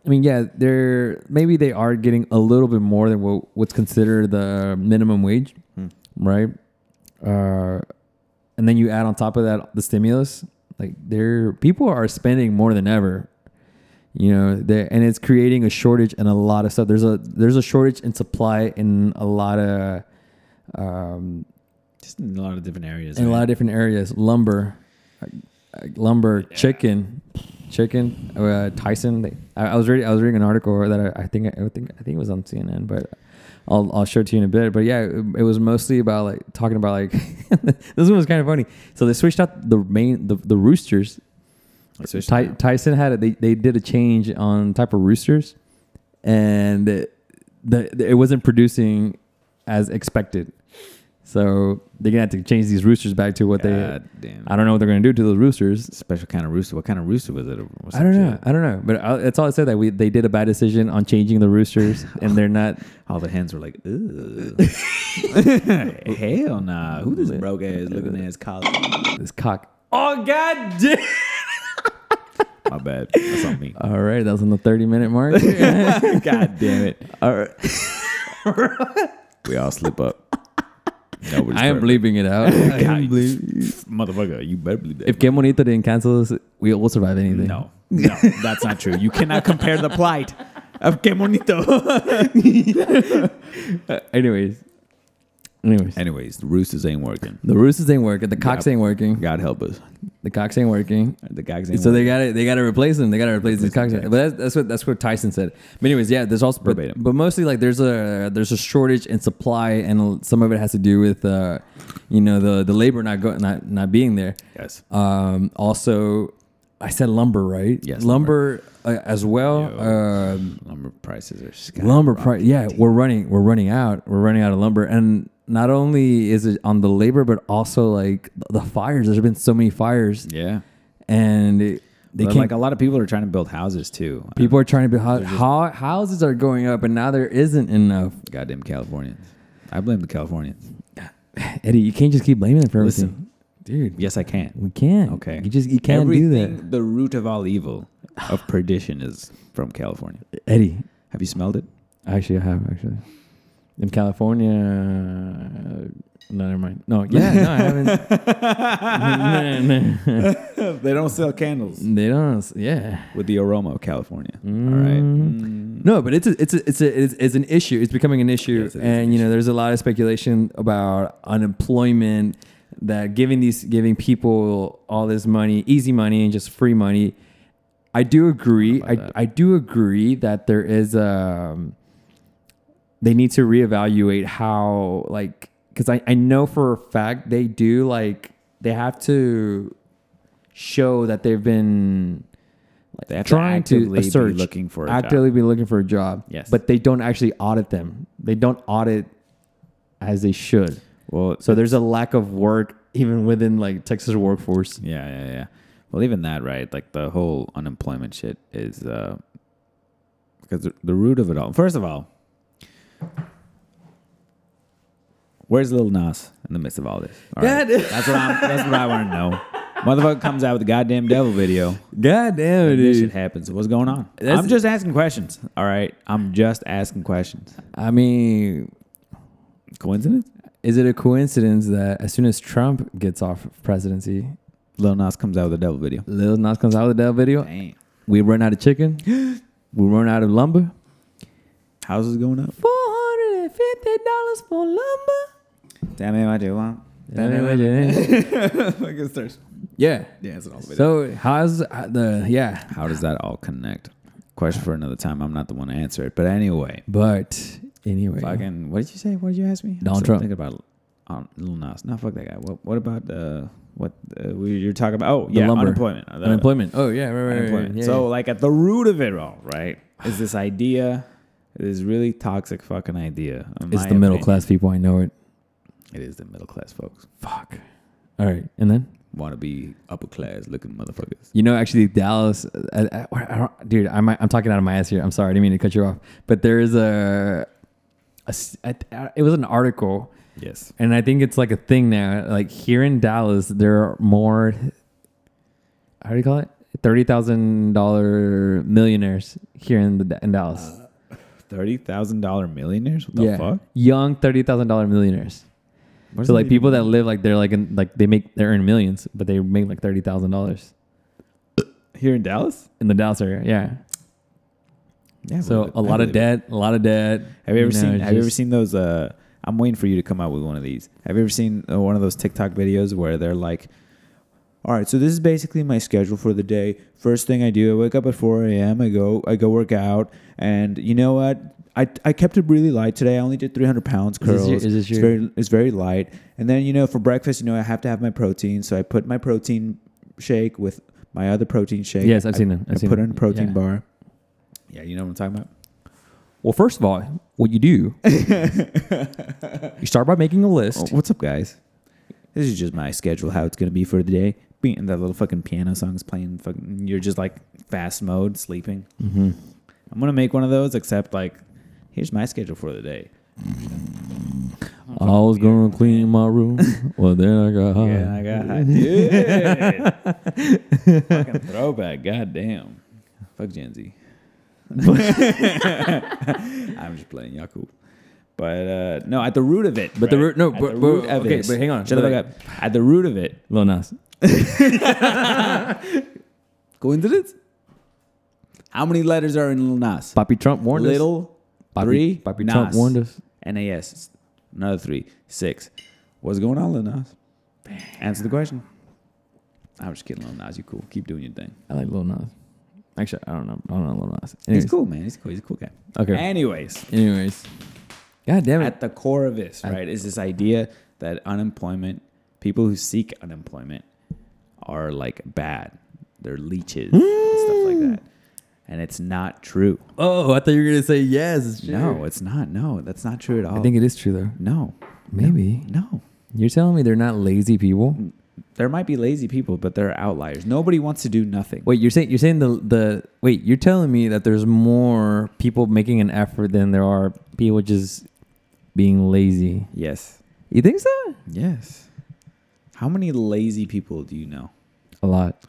I mean, yeah, they're maybe they are getting a little bit more than what, what's considered the minimum wage, right? Uh, and then you add on top of that the stimulus. Like, there people are spending more than ever, you know. They and it's creating a shortage in a lot of stuff. There's a there's a shortage in supply in a lot of um,
Just in a lot of different areas.
in a
right?
lot of different areas lumber uh, uh, lumber chicken chicken uh, tyson they, I, I was reading i was reading an article that i, I think i think i think it was on cnn but I'll, I'll show it to you in a bit, but yeah, it, it was mostly about like talking about like <laughs> this one was kind of funny. So they switched out the main the, the roosters.
Let's switch
Ty,
now.
Tyson had it. They, they did a change on type of roosters, and the, the it wasn't producing as expected. So they're gonna have to change these roosters back to what they.
God damn.
I don't know what they're gonna do to those roosters.
Special kind of rooster. What kind of rooster was it? Or
I
some
don't know.
shit.
I don't know. But I, that's all I said that we they did a bad decision on changing the
<sighs>
roosters, and they're not.
All the hens were like,
<laughs>
"Ugh, hell nah! Who this broke ass looking ass collar?"
This cock. Oh god damn!
My bad. That's
<laughs>
on me.
All right, that was on the thirty minute
<laughs>
mark.
God damn it!
all right,
<laughs> We all slip up. Nobody's
I am
perfect.
bleeping it
<laughs>
out. I am bleep-
motherfucker. You better believe that.
If Qué Bonito didn't cancel us, we will survive anything. <laughs>
no, no, that's not true. You cannot compare the plight of Que Monito.
Anyways, anyways,
<laughs> Anyways, the roosters ain't working.
the roosters ain't working. The cocks ain't working.
God help us.
The cocks ain't working.
The guys ain't
So they
working.
got to They got to replace them. They got to replace these
Replace
cocks.
the
But that's, that's what that's what Tyson said. But anyways, yeah, there's also but,
Verbatim.
but mostly like there's a there's a shortage in supply, and some of it has to do with uh, you know the the labor not go, not not being there.
yes.
Um, also, I said lumber, right?
Yes,
lumber, Uh, as well.
Yo.
Um,
Lumber prices are skyrocketing.
lumber price. Yeah, we're running. We're running out. We're running out of lumber, and not only is it on the labor, but also like the fires. There's been so many fires,
Yeah.
and it, they
But,
can't
like a lot of people are trying to build houses too.
People are trying to be hou- hou- houses are going up, and now there isn't enough.
Goddamn Californians. I blame the Californians.
Eddie, you can't just keep blaming them for everything,
Listen.
dude.
Yes, I can.
We can't.
Okay.
you just you can't do that,
The root of all evil, of
<sighs>
perdition, is from California.
Eddie.
Have you smelled
<laughs>
it?
Actually, I have actually in California. uh, No, never mind. No, yeah, no, I <laughs> haven't. No, no, no.
<laughs> they don't sell candles
they don't. Yeah,
with the aroma of California. All right.
Mm. No, but it's a, it's a, it's a, it's, it's an issue. It's becoming an issue,
Yes, it is
and
an
you know, there's a lot of speculation about unemployment that giving these giving people all this money, easy money, and just free money. I do agree.
about
I,
that.
I do agree that there is um they need to reevaluate how like because I, I know for a fact they do like they have to show that they've been
They have
trying
to,
to
actively be
search,
looking for a
actively be looking for a job.
Yes.
but they don't actually audit them. They don't audit as they should.
job. Well,
So there's a lack of work even within like Texas workforce.
yeah, yeah, yeah. Well, even that, right? Like the whole unemployment shit is uh, because the, the root of it all. First of all, where's Lil Nas in the midst of all this? All
Yeah, <laughs> dude.
that's what I'm, that's what I want to know. Motherfucker comes out with a goddamn devil video.
God damn it,
This shit happens. What's going on?
That's-
I'm just asking questions. All right, I'm just asking questions.
I mean,
Coincidence?
is it a coincidence that as soon as Trump gets off of presidency,
Lil Nas comes out with a devil video.
Lil Nas comes out with that video?
Damn,
We run out of <gasps> chicken. we run out of lumber.
houses going up.
Four hundred and fifty dollars for lumber.
Tell me what you <laughs> want. Fucking starts
Yeah.
dancing all the way.
So how's uh, the yeah?
How does that all connect? Question for another time. I'm not the one to answer it. But anyway,
But anyway,
fucking. What did you say? What did you ask me? I'm
Donald
still
Trump.
Thinking about um, Lil Nas. No, fuck that guy. What? What about uh? What uh, we- you're talking about? Oh, yeah,
lumber.
unemployment. Uh, the-
unemployment. Oh yeah, right, right, right,
unemployment.
yeah,
so, like at the root of it all, right, is
<sighs>
this idea, this really toxic fucking idea. in
yeah. it's
my
the middle
opinion.
class people. I know it.
It is the middle class folks.
Fuck. All right, and then
Want to be upper class looking motherfuckers.
you know, actually, Dallas, I, I, I don't, dude, I might, I'm talking out of my ass here. I'm sorry, I didn't mean to cut you off. But there is a, a s- a- uh, it was an article,
Yes.
and I think it's like a thing now. Like here in Dallas, there are more. How do you call it? Thirty thousand dollar millionaires here in the in Dallas.
Thirty thousand dollar millionaires. What Uh, the fuck?
young thirty thousand dollar millionaires.
What does
So
that
like
even
people that live like they're like in, like they make they earn millions, but they make like thirty thousand dollars
mean? here in Dallas.
in the Dallas area. Yeah.
Yeah,
So a lot of
dead.
debt, a lot of debt.
Have you ever
know,
seen? Have you ever
just-
seen those? Uh, I'm waiting for you to come out with one of these. Have you ever seen uh, one of those TikTok videos where they're like, "All right, so this is basically my schedule for the day. First thing I do, I wake up at 4 a.m. I go, I go work out, and you know what? I, I kept it really light today. I only did 300 pounds
Is this
curls.
your- is this
it's
your-
very it's very light. And then you know for breakfast, you know I have to have my protein, so I put my protein shake with my other protein shake.
Yes, I've
I-
seen them. I've
I
seen
put
them.
in a protein
Yeah.
bar. Yeah, you know what I'm talking about.
Well, first of all, what you do, you start by making a
Oh,
list.
what's up, guys? This is just my schedule, how it's gonna be for the day. Beat- And that little fucking piano song is playing. Fucking, you're just like fast mode sleeping. <laughs>
Mm-hmm.
I'm gonna make one of those, except like, here's my schedule for the day.
I was gonna clean my
<laughs>
room. well, then I got high.
Yeah, I got high.
<laughs>
Dude. Fucking throwback. Goddamn. Fuck Gen Z. <laughs> I'm just playing. Y'all cool. But uh, no, at the root of it.
But the root- no,
At
but-
the
but-
root of
okay,
it-
but hang on.
Shut the fuck up. At the root of it.
Lil Nas.
<laughs> Coincidence? How many letters are in Lil Nas?
Poppy Trump warned us.
Little
Poppy,
three.
Poppy
Nas.
Trump warned us.
NAS. Another three. Six. What's going on, Lil Nas? Answer the question. I'm just kidding, Lil Nas. You cool. Keep doing your thing.
I like Lil Nas. Actually, I don't know. I don't know Lil Nas.
He's
Anyways.
cool, man. He's cool. He's a cool guy.
Okay.
Anyways,
Anyways. God damn it.
at the core of this,
I-
right, is this idea that unemployment, people who seek unemployment, are like bad. They're leeches and stuff like that. And it's not true.
oh, I thought you were gonna say yes.
No, it's not. No, that's not true at all.
I think it is true though.
no,
Maybe
no.
you're telling me they're not lazy people.
There might be lazy people, but they're outliers. Nobody wants to do nothing.
Wait, you're saying you're saying the the wait, you're telling me that there's more people making an effort than there are people just being lazy.
Yes.
You think so?
Yes. How many lazy people do you know?
A lot.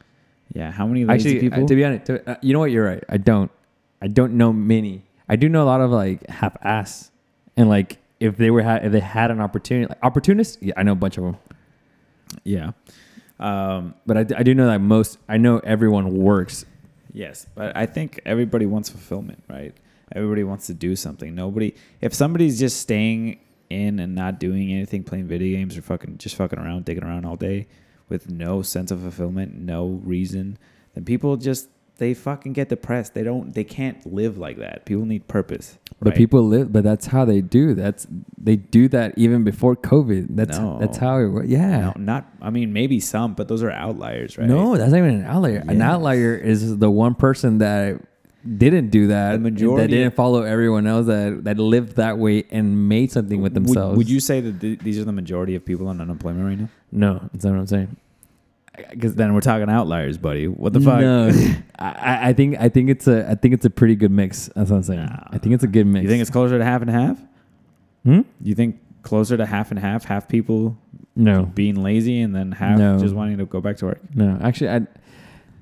Yeah. How many lazy
Actually,
people?
uh, to be honest, to, uh, you know what? You're right. I don't. I don't know many. I do know a lot of like half-ass and like if they were ha- if they had an opportunity, like opportunists. Yeah, I know a bunch of them.
yeah. Um,
But I, d- I do know that most. I know everyone works.
Yes, but I think everybody wants fulfillment, right? Everybody wants to do something. Nobody, if somebody's just staying in and not doing anything, playing video games or fucking just fucking around, digging around all day with no sense of fulfillment, no reason, then people just they fucking get depressed. They don't, they can't live like that. People need purpose.
But
right?
people live. But that's how they do. That's they do that even before COVID. That's
No.
that's how. It, wa- yeah.
no, not. I mean, maybe some, but those are outliers, right?
No, that's not even an outlier. An
Yes.
outlier is the one person that didn't do that.
The majority-
that didn't follow everyone else that that lived that way and made something with
Would-
themselves.
Would, you say that th- these are the majority of people on unemployment right now?
No, that's not what I'm saying.
Because then we're talking outliers, buddy. What the fuck?
No,
<laughs>
I- I, I think I think it's a I think it's a pretty good mix. That's what I'm saying.
Nah.
I think it's a good mix.
You think it's closer to half and half?
Hmm?
You think closer to half and half, half people
No,
being lazy and then half
No.
just wanting to go back to work?
no. Actually, I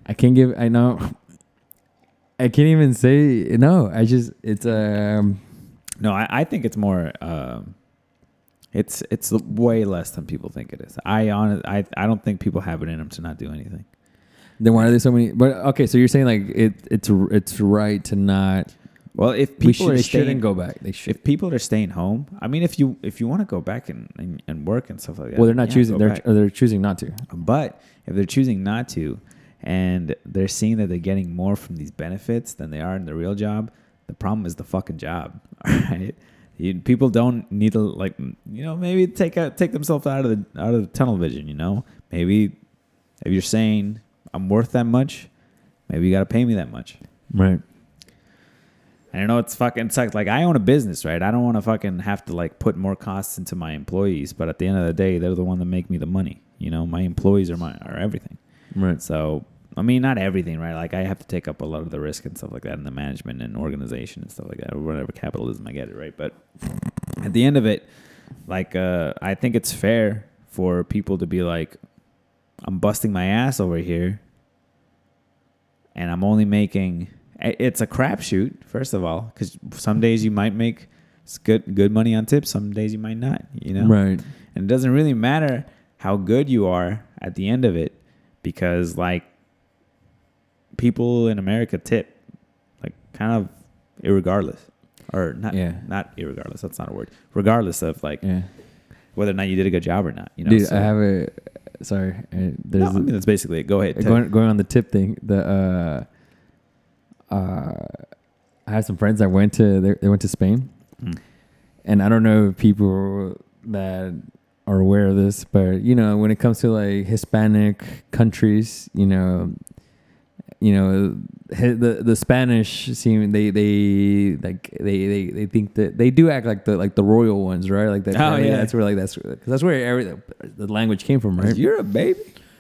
I can't give. I know. I can't even say no. I just it's um
No, I, I think it's more. Um, it's it's way less than people think it is. I honest, I I don't think people have it in them to not do anything.
then why are there so many? But okay, so you're saying like it it's it's right to not
Well, if people
we should,
are
they
staying,
shouldn't go back. They should.
if people are staying home, I mean, if you if you want to go back and, and, and work and stuff like that,
well, they're not
yeah,
choosing.
go
They're
back.
or they're choosing not to.
But if they're choosing not to and they're seeing that they're getting more from these benefits than they are in the real job, the problem is the fucking job, <laughs> right? You, people don't need to like you know maybe take out take themselves out of the out of the tunnel vision. You know maybe if you're saying I'm worth that much, maybe you got to pay me that much.
Right.
And I know it's fucking sucks. Like I own a business, right? I don't want to fucking have to like put more costs into my employees, but at the end of the day, they're the one that make me the money. You know, my employees are my are everything.
Right.
So, I mean, not everything, right? Like, I have to take up a lot of the risk and stuff like that in the management and organization and stuff like that, or whatever capitalism I get it, right? But at the end of it, like, uh, I think it's fair for people to be like, I'm busting my ass over here, and I'm only making. i- It's a crapshoot, first of all, because some days you might make s- good good money on tips, some days you might not. You know,
Right.
and it doesn't really matter how good you are at the end of it because, like, people in America tip, like, kind of irregardless. Or not,
Yeah.
not irregardless. That's not a word. Regardless of, like,
Yeah.
whether or not you did a good job or not. You know,
Dude,
so-
I have a. Sorry. uh, There's
no, I mean, that's basically it. Go ahead.
Uh,
tip.
going going on the tip thing, the uh, uh, I have some friends that went to they, they went to Spain,
Mm.
and I don't know if people that are aware of this, but you know when it comes to like Hispanic countries, you know, you know hi- the the Spanish seem they they like they they, they think that they do act like the like the royal ones, right? Like that.
Oh,
apparently
yeah.
that's where like that's because that's where every, the language came from, right?
It's Europe, baby.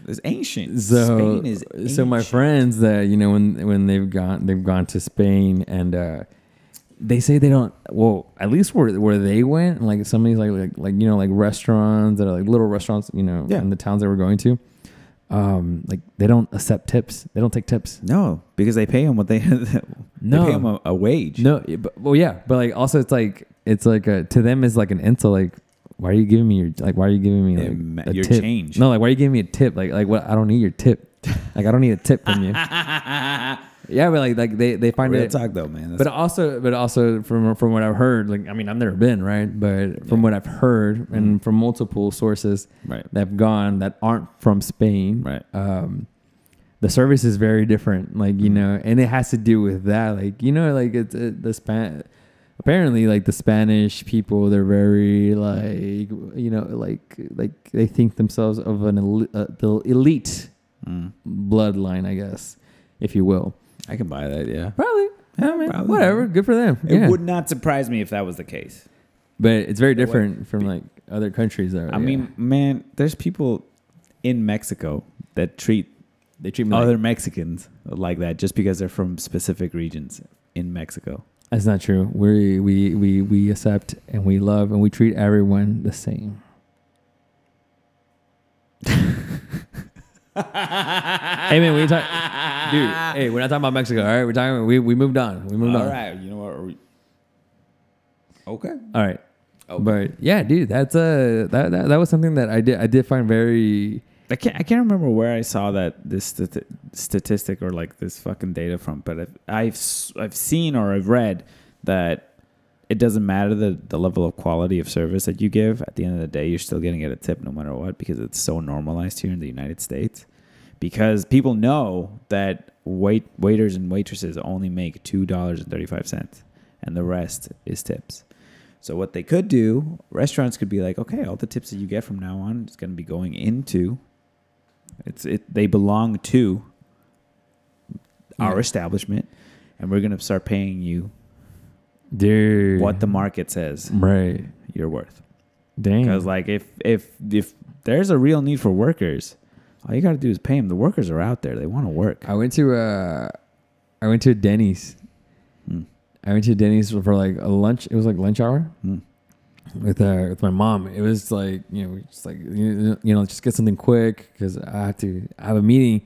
It's ancient.
so
Spain is ancient.
so my friends that you know when when they've gone they've gone to Spain and uh they say they don't well at least where where they went like some of these like like, like you know like restaurants that are like little restaurants you know
Yeah.
in the towns they were going to um like they don't accept tips they don't take tips
No, because they pay them what they <laughs>
No.
they pay them a, a wage.
no yeah, but, well yeah but like also it's like it's like a, to them is like an insult like why are you giving me your like why are you giving me
Yeah, ma-
like a
your
tip?
change.
no like why are you giving me a tip like like what I don't need your tip like I don't need a tip from
<laughs>
you Yeah, but like like they they find
Real
it.
talk though, man.
But
That's,
also, but also from from what I've heard, like I mean, I've never been right, but from what I've heard
Mm-hmm.
and from multiple sources
Right.
that have gone that aren't from Spain,
Right.
Um, the service is very different, like
Mm.
you know, and it has to do with that, like you know, like it's it, the span. Apparently, like the Spanish people, they're very like you know, like like they think themselves of an elite, uh, the elite
Mm.
bloodline, I guess, if you will.
I can buy that. Yeah.
Probably. Yeah, I mean,
Probably.
whatever. Good for them.
It
yeah.
would not surprise me if that was the case.
but it's very
But what-
different from like other countries. That,
I mean, man, there's people in Mexico that treat
they treat me like,
other Mexicans like that just because they're from specific regions in Mexico.
that's not true. We we we we accept and we love and we treat everyone the same. hey man, we talk,
<laughs>
dude. Hey, we're not talking about Mexico. All right, we're talking. We we moved on. We moved
Ah. All
on.
right, you know what? Are we... Okay.
All right.
Oh,
But yeah, dude, that's uh that, that that was something that I did I did find very
I can't. I can't remember where I saw that this stati- statistic or like this fucking data from, but I've I've, s- I've seen or I've read that it doesn't matter the the level of quality of service that you give. At the end of the day, you're still gonna get a tip no matter what because it's so normalized here in the United States. Because people know that wait waiters and waitresses only make two dollars and thirty five cents, and the rest is tips. So what they could do, restaurants could be like, okay, all the tips that you get from now on is going to be going into it's it they belong to our
Yeah.
establishment and we're going to start paying you
dude
what the market says
<laughs> right
you're worth.
damn
Cuz like if if if there's a real need for workers, all you got to do is pay them. The workers are out there. They want to work.
I went to uh, I went to Denny's.
Hmm.
I went to Denny's for like a lunch. It was like lunch hour
Hmm.
with uh with my mom. It was like you know we just like you you know just get something quick because I have to I have a meeting,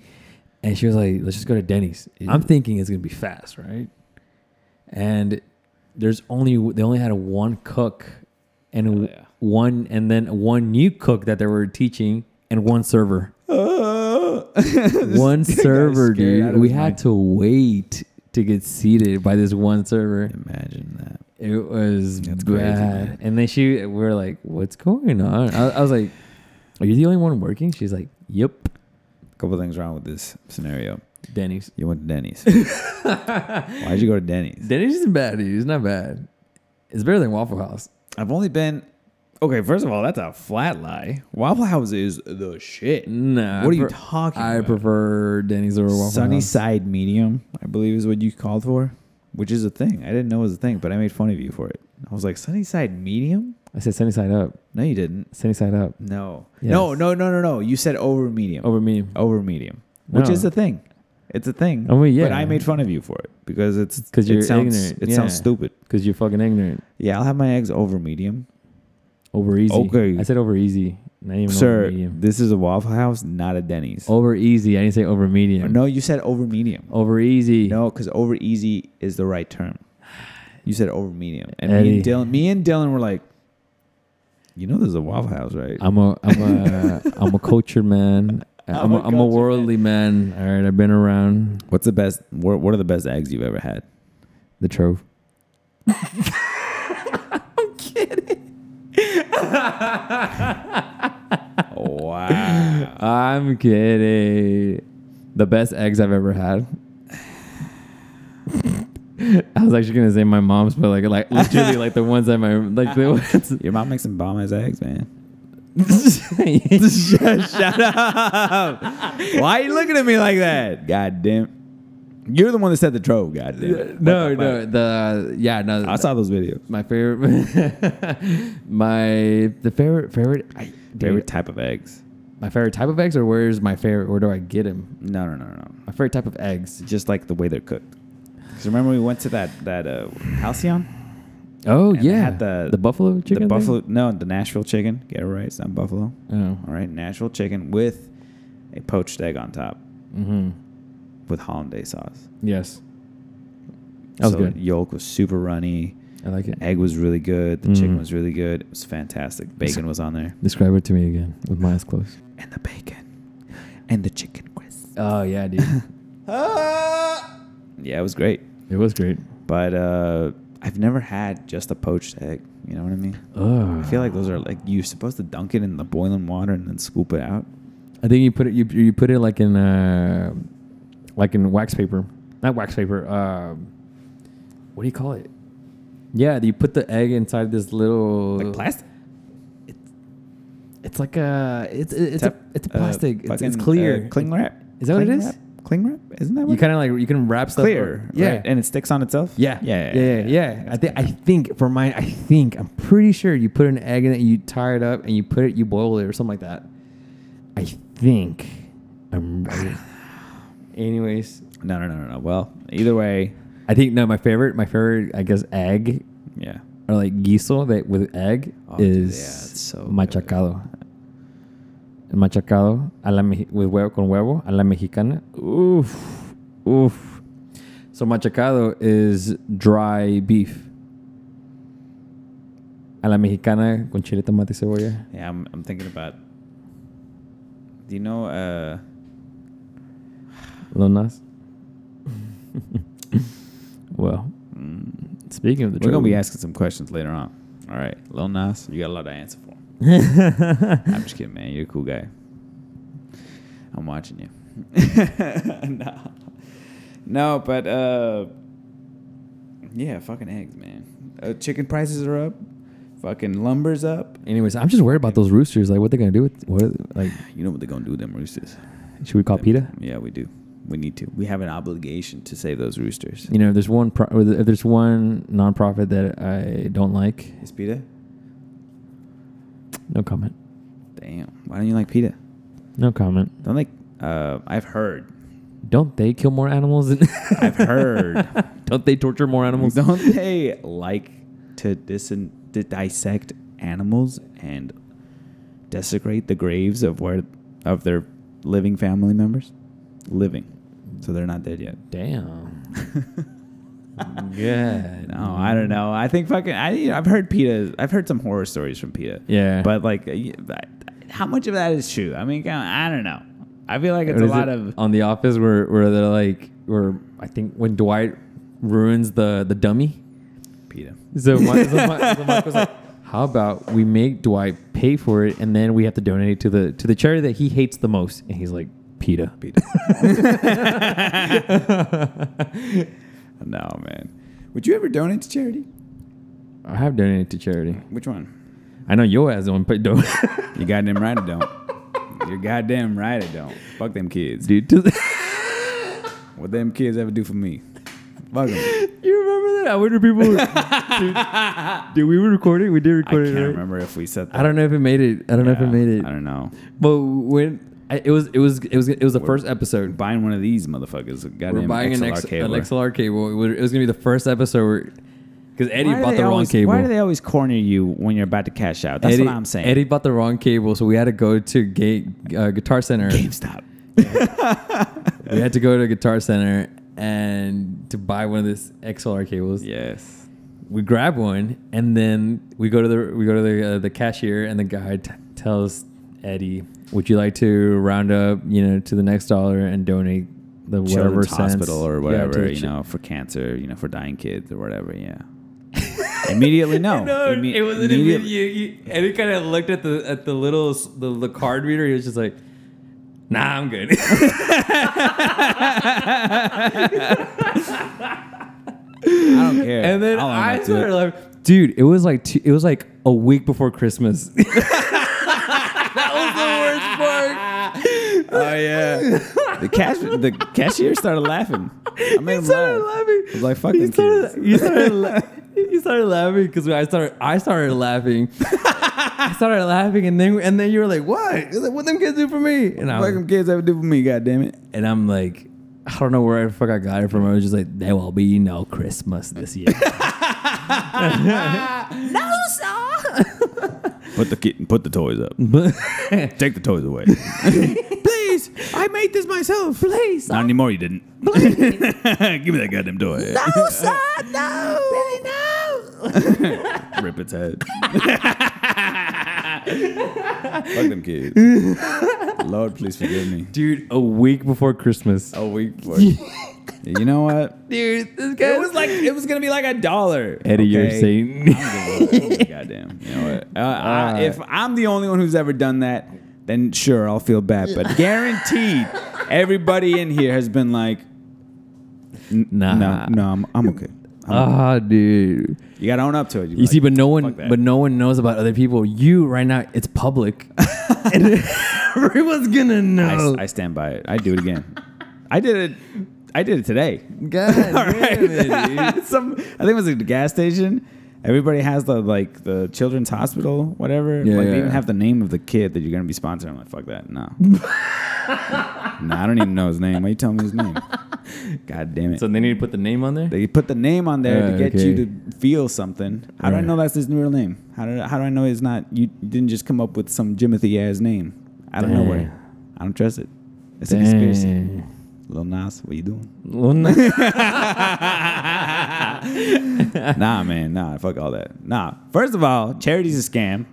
and she was like let's just go to Denny's. I'm thinking it's gonna be fast, right? And there's only they only had one cook and
yeah.
one and then one new cook that they were teaching and one
<laughs>
server <laughs> one server,
scared out
dude.
of
We
his
had
mind.
to wait to get seated by this one server.
Imagine that.
It was
That's crazy,
bad.
man.
and then she, we were like, "What's going on?" I, I was like, "Are you the only one working?" She's like, "Yep,
A couple things wrong with this scenario.
Denny's.
You went
<laughs>
to Denny's. Why'd you go to Denny's?
Denny's isn't bad, dude. It's not bad. It's better than Waffle House.
I've only been. Okay, first of all, that's a flat lie. Waffle House is the shit.
No.
What are you talking
I
about?
prefer Denny's over Waffle
Sunny
House.
side medium, I believe, is what you called for, which is a thing. I didn't know it was a thing, but I made fun of you for it. I was like, sunny side medium?
I said sunny side up.
No, you didn't.
Sunny side up
No,
Yes.
no, no, no, no, no. You said over medium, over,
over medium.
medium, which
No.
is a thing. It's a thing.
Oh, well,
But
yeah.
I made fun of you for it because it's
'Cause
it
you're
sounds,
ignorant.
It sounds
Yeah.
stupid.
Because you're fucking ignorant.
Yeah, I'll have my eggs over medium.
Over easy.
Okay.
I said over easy. Not even
Sir,
over medium.
this is a Waffle House, not a Denny's.
Over easy. I didn't say over medium.
No, you said over medium.
Over easy.
No, because over easy is the right term. You said over medium, and me
Eddie.
and Dylan, me and Dylan were like, you know, there's a Waffle House, right?
I'm a I'm
<laughs>
a I'm a cultured man. I'm,
I'm a
a, I'm a
cultured
worldly man. All right, I've been around
What's the best? What, what are the best eggs you've
<laughs>
ever had?
the trove.
wow.
I'm kidding. The best eggs I've ever
<laughs>
had. I was actually gonna say my mom's, but like like literally like
<laughs>
the ones that my like the ones. <laughs>
Your mom makes some bomb ass eggs, man.
Shut
Shut up! Why are you looking at me like that? God damn. You're the one that said the drove, goddamn. it.
no,
What the
no, the yeah, no.
fuck? I saw those videos.
my favorite, <laughs> my the favorite favorite I, dude,
Favorite type of eggs?
my favorite type of eggs, or where's my favorite? Where do I get them?
No, no, no, no.
My favorite type of eggs.
Just like the way they're cooked. 'Cause remember we went to that that uh, Halcyon,
Oh
And they
yeah,
had the-
the buffalo chicken.
the
thing?
buffalo. No, the Nashville chicken. Get it right. It's not buffalo.
Oh.
All right, Nashville chicken with a poached egg on top
Mm-hmm.
with hollandaise sauce.
Yes. That was
so
good.
Yolk was super runny.
I like it.
Egg was really good. The chicken
Mm.
was really good. It was fantastic. Bacon was on there,
Describe it to me again with my eyes closed.
and the bacon, and the chicken crisp.
Oh yeah, dude.
Ah! Yeah, it was great.
<laughs> it was great.
But uh, I've never had just a poached egg. You know what I mean?
Oh.
I feel like those are like you're supposed to dunk it in the boiling water and then scoop it out.
I think you put it you you put it like in uh like in wax paper. Not wax paper. Um what do you call it? Yeah, you put the egg inside this little
Like plastic.
It's like a it's it's a,
Tep-
it's a
uh,
plastic. it's, it's
fucking,
clear.
uh, cling wrap.
Is that what it
Cling
is?
wrap? Cling wrap? Isn't that
You
what
kind of like you can wrap stuff
clear?
Yeah.
right? And it sticks on itself.
Yeah.
Yeah.
Yeah. Yeah. yeah. I think I think for mine, I think I'm pretty sure you put an egg in it, you tie it up, and you put it, you boil it or something like that. I think. I'm right. <sighs> Anyways,
No, no, no, no, no. Well, either way,
I think no. My favorite, my favorite, I guess, egg
yeah.
or like guiso that with egg
Oh, dude,
is
yeah, it's so good.
machacado. Machacado a la Meji- with huevo con huevo a la mexicana. Oof, oof. So machacado is dry beef. A la mexicana con chile, tomate, cebolla.
Yeah, I'm, I'm thinking about. Do you know? Uh,
Lonas. <laughs> well, speaking of the,
we're gonna be
trouble-
asking some questions later on. All right, Lil Nas, you got a lot to answer for. I'm just kidding, man. You're a cool guy. I'm watching you. <laughs> no. no, but uh, yeah, fucking eggs, man. Uh, chicken prices are up. Fucking lumber's up.
<laughs> Anyways, I'm just worried about those roosters. Like, what they're gonna do with what? are- Like,
You know what they're gonna do with them roosters?
should we call
Them-
PETA?
Yeah, we do. We need to. We have an obligation to save those roosters.
You know, if there's one pro- or if there's one nonprofit that I don't like,
Is PETA?
no comment.
Damn. Why don't you like PETA?
No comment.
Don't like. Uh, I've heard.
Don't they kill more animals? Than
<laughs> I've heard.
<laughs> don't they torture more animals?
<laughs> Don't they like to dis- to dissect animals and desecrate the graves of where of their living family members? Living, so they're not dead yet. <laughs>
Damn. Good.
No, I don't know. I think fucking I. You know, I've heard Peta. I've heard some horror stories from Peta.
Yeah.
but like, y- but how much of that is true? I mean, I don't know. I feel like it's
Or
a
is
lot
it
of
on the office where where they're like where I think when Dwight ruins the the dummy. Oh,
Peta.
So, Mi- so, Mi-
<laughs>
so Mike was like, "How about we make Dwight pay for it, and then we have to donate it to the to the charity that he hates the most?" And he's like, "Peta."
Peta. <laughs> no, man. Would you ever donate to charity?
I have donated to charity.
Which one?
I know your ass don't put don't, <laughs>
You goddamn right I don't. You're goddamn right I don't. Fuck them kids.
dude. does-
<laughs> What them kids ever do for me?
<laughs>
Fuck them.
you remember that? I wonder if people. dude, dude, we were recording. We did
I can't
record it. right?
remember if we said that.
I don't know if it made it. I don't know if it made it.
I don't know.
But when I, it was, it was, it was, it was the first episode.
Buying one of these motherfuckers. a Goddamn
We're buying an,
XLR
X,
cable.
an XLR cable. It was, it was gonna be the first episode because Eddie
Why do
bought
they
the wrong
always-
cable.
Why do they always corner you when you're about to cash out? That's
Eddie,
what I'm saying.
Eddie bought the wrong cable, so we had to go to gate, uh, Guitar Center.
GameStop.
we had to go to Guitar Center and to buy one of these XLR cables.
Yes.
we grab one and then we go to the we go to the uh, the cashier and the guy t- tells Eddie, "Would you like to round up, you know, to the next dollar and donate the whatever
Children's
cents,
hospital
yeah,
or
to
whatever,
the
you
chi-
know, for cancer, you know, for dying kids or whatever, yeah. <laughs> Immediately, <laughs> no.
No,
Imme-
it wasn't
immediate-
immediate. You, you, Eddie kind of looked at the at the little s- the, the card reader. He was just like, "Nah, I'm good." <laughs>
I don't care.
And then
I'll own
I
up to it. <laughs>
started like, dude, it was like two, it was like a week before Christmas. <laughs> that was the worst part.
Oh yeah. the cash the cashier started laughing. I made
He
him
started
laugh.
laughing.
I was like, "Fucking
he started,
kids."
He
<laughs>
started, la- he started laughing because I started. I started laughing. I started laughing, and then and then you were like, "What? He's like, what them kids do for me?" And
Fuck
I'm
them kids ever do for me, goddamn it.
and I'm like, I don't know where the fuck I got it from. I was just like, "There will be no Christmas this year." <laughs> no, sir.
Put the kid, put the toys up.
But
Take the toys <laughs> away.
please, I made this myself. Please,
Not anymore. You <laughs> didn't.
please.
Give me that goddamn toy.
<laughs> No, sir, no. Billy, no.
Rip its <laughs> head. Fuck them kids. Lord, please forgive
<laughs>
me.
Dude, a week before Christmas.
A week for <laughs> You know what?
Dude, this guy
like it was gonna be like a dollar.
Eddie, you're
<laughs> okay?
saying. <laughs>
I'm gonna go- Oh, Goddamn. You know what? Uh, I- if I'm the only one who's ever done that, then sure, I'll feel bad. <laughs> But guaranteed, everybody in here has been like,
Nah.
no, no, I'm, I'm okay.
Ah, dude.
You gotta own up to it.
You see, but no one,
fuck that.
but no one knows about other people. You right now, it's public, <laughs> and everyone's gonna know.
I, I stand by it. I do it <laughs> again. I did it. I did it
<laughs>
today.
<laughs> God damn it, dude.
<laughs> Some, I think it was at the gas station. Everybody has the like the children's hospital, whatever.
Yeah,
like
yeah.
they even have the name of the kid that you're gonna be sponsoring. I'm like, fuck
<laughs>
that. No. no, I don't even know his name. Why you telling me his
<laughs>
name? God damn
<laughs>
it.
So they need to put the name on there.
they put the name on there
Uh,
to get
okay.
you to feel something. How do I
Right.
know that's his real name? How do how do I know it's not you didn't just come up with some Jimothy ass name? I don't know
Dang.
where. I don't trust it. It's a conspiracy.
Dang.
Lil Nas, what you doing?
Well, <laughs> no-
nah, man, nah, fuck all that. Nah. First of all, charity's a scam.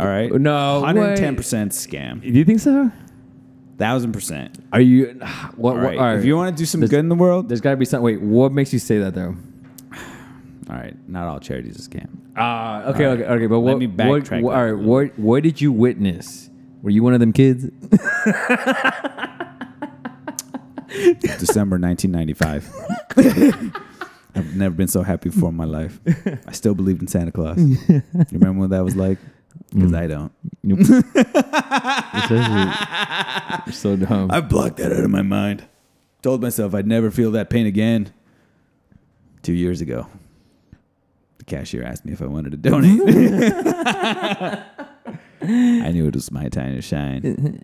All right.
No,
110%
wait. Do
scam.
you think so?
Thousand percent.
Are you? <sighs> What? what
All right.
Uh, all right.
If you want to do some
There's-
good in the world,
there's got to be something. Wait, what makes you say that though?
all right. Not all charities is a scam.
Ah, okay,
All right.
okay, okay. But
Let
what?
me
what,
backtrack
what-
that
all right,
a little
what? What did you witness? Were you one of them kids?
December
<laughs>
1995. I've never been so happy before in my life. I still believed in Santa Claus. You remember what that was like? Because I don't.
Mm. Nope. <laughs> You're so- you're so dumb.
I've blocked that out of my mind. Told myself I'd never feel that pain again. Two years ago, the cashier asked me if I wanted to donate. <laughs> I knew it was my time to shine.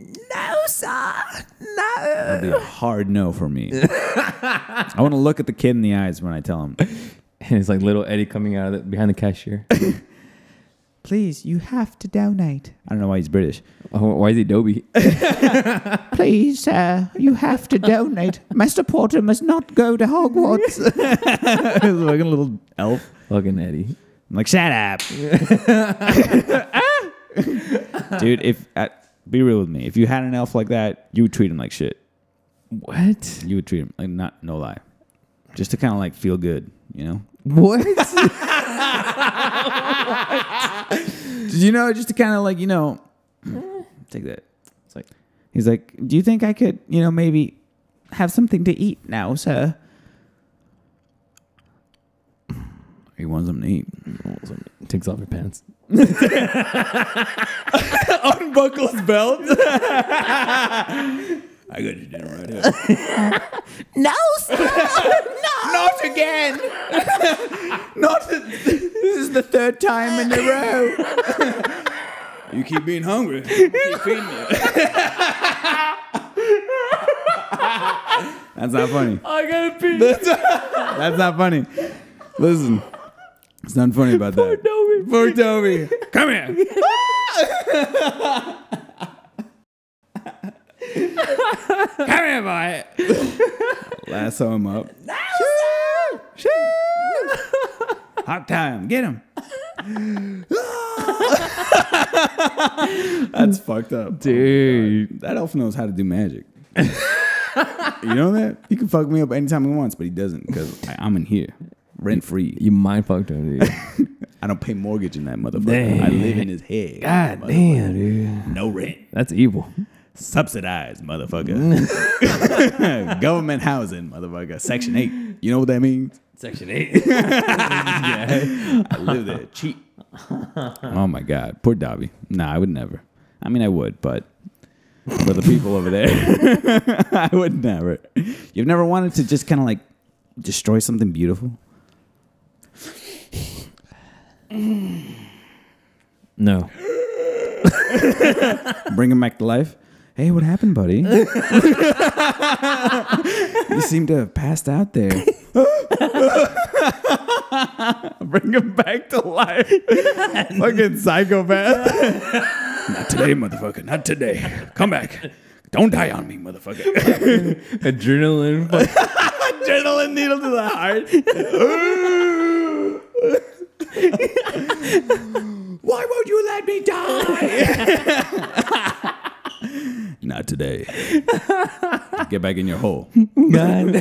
no, sir. No.
It'd be a hard no for me. I want to look at the kid in the eyes when I tell him,
And <laughs> it's like little Eddie coming out of the, behind the cashier. <laughs>
Please, you have to donate. I don't know why he's British.
oh, why is he Dobie?
Please, uh, you have to donate. Mr. Porter must not go
<laughs>
to Hogwarts.
like a little elf.
Fucking Eddie.
I'm like, shut <laughs> up. Dude, if I, be real with me, if you had an elf like that, you would treat him like shit.
What?
You would treat him like not no lie. Just to kind of like feel good, you know?
What?
You know, just to kind of like, you know, <clears throat> take that.
it's like,
He's like, "Do you think I could, you know, maybe have something to eat now, sir?" He wants something to eat.
oh, it's like- <laughs> takes off your pants.
Unbuckles <laughs> belt. I got you down right here.
no, sir.
Not again. <laughs> Not. A, this is the third time in a row. you keep being hungry. Keep feeding you. That's not funny.
I gotta pee.
<laughs> That's, that's not funny. Listen, it's not funny about that.
Dobie.
Poor Toby. Come here. Come here, boy. Lasso him up. Hot time.
<laughs>
Get him. That's fucked up.
Dude.
That elf knows how to do magic. you know that? He can fuck me up anytime he wants, but he doesn't because I'm in here. Rent free.
You mind fucked him, <laughs> dude.
I don't pay mortgage in that motherfucker.
Damn.
I live in his head.
God Ah, damn, dude.
No rent.
That's evil.
Subsidized,
<laughs>
motherfucker. <laughs> Government housing, motherfucker. Section 8. You know what that means?
Section <laughs> 8.
I live there cheap. <laughs> oh my God. Poor Dobby. Nah, I would never. I mean, I would, but for the people over there. <laughs> I would never. You've never wanted to just kind of like destroy something beautiful?
No.
Bring him back to life? Hey, what happened, buddy? <laughs> you seem to have passed out there. <laughs> Bring him back to <laughs> life. Fucking psychopath. Not today, motherfucker. Not today. Come back. Don't die on me, motherfucker.
<laughs> Adrenaline.
Adrenaline needle to the heart. <laughs> Why won't you let me die? Not today. Get back in your hole.
God.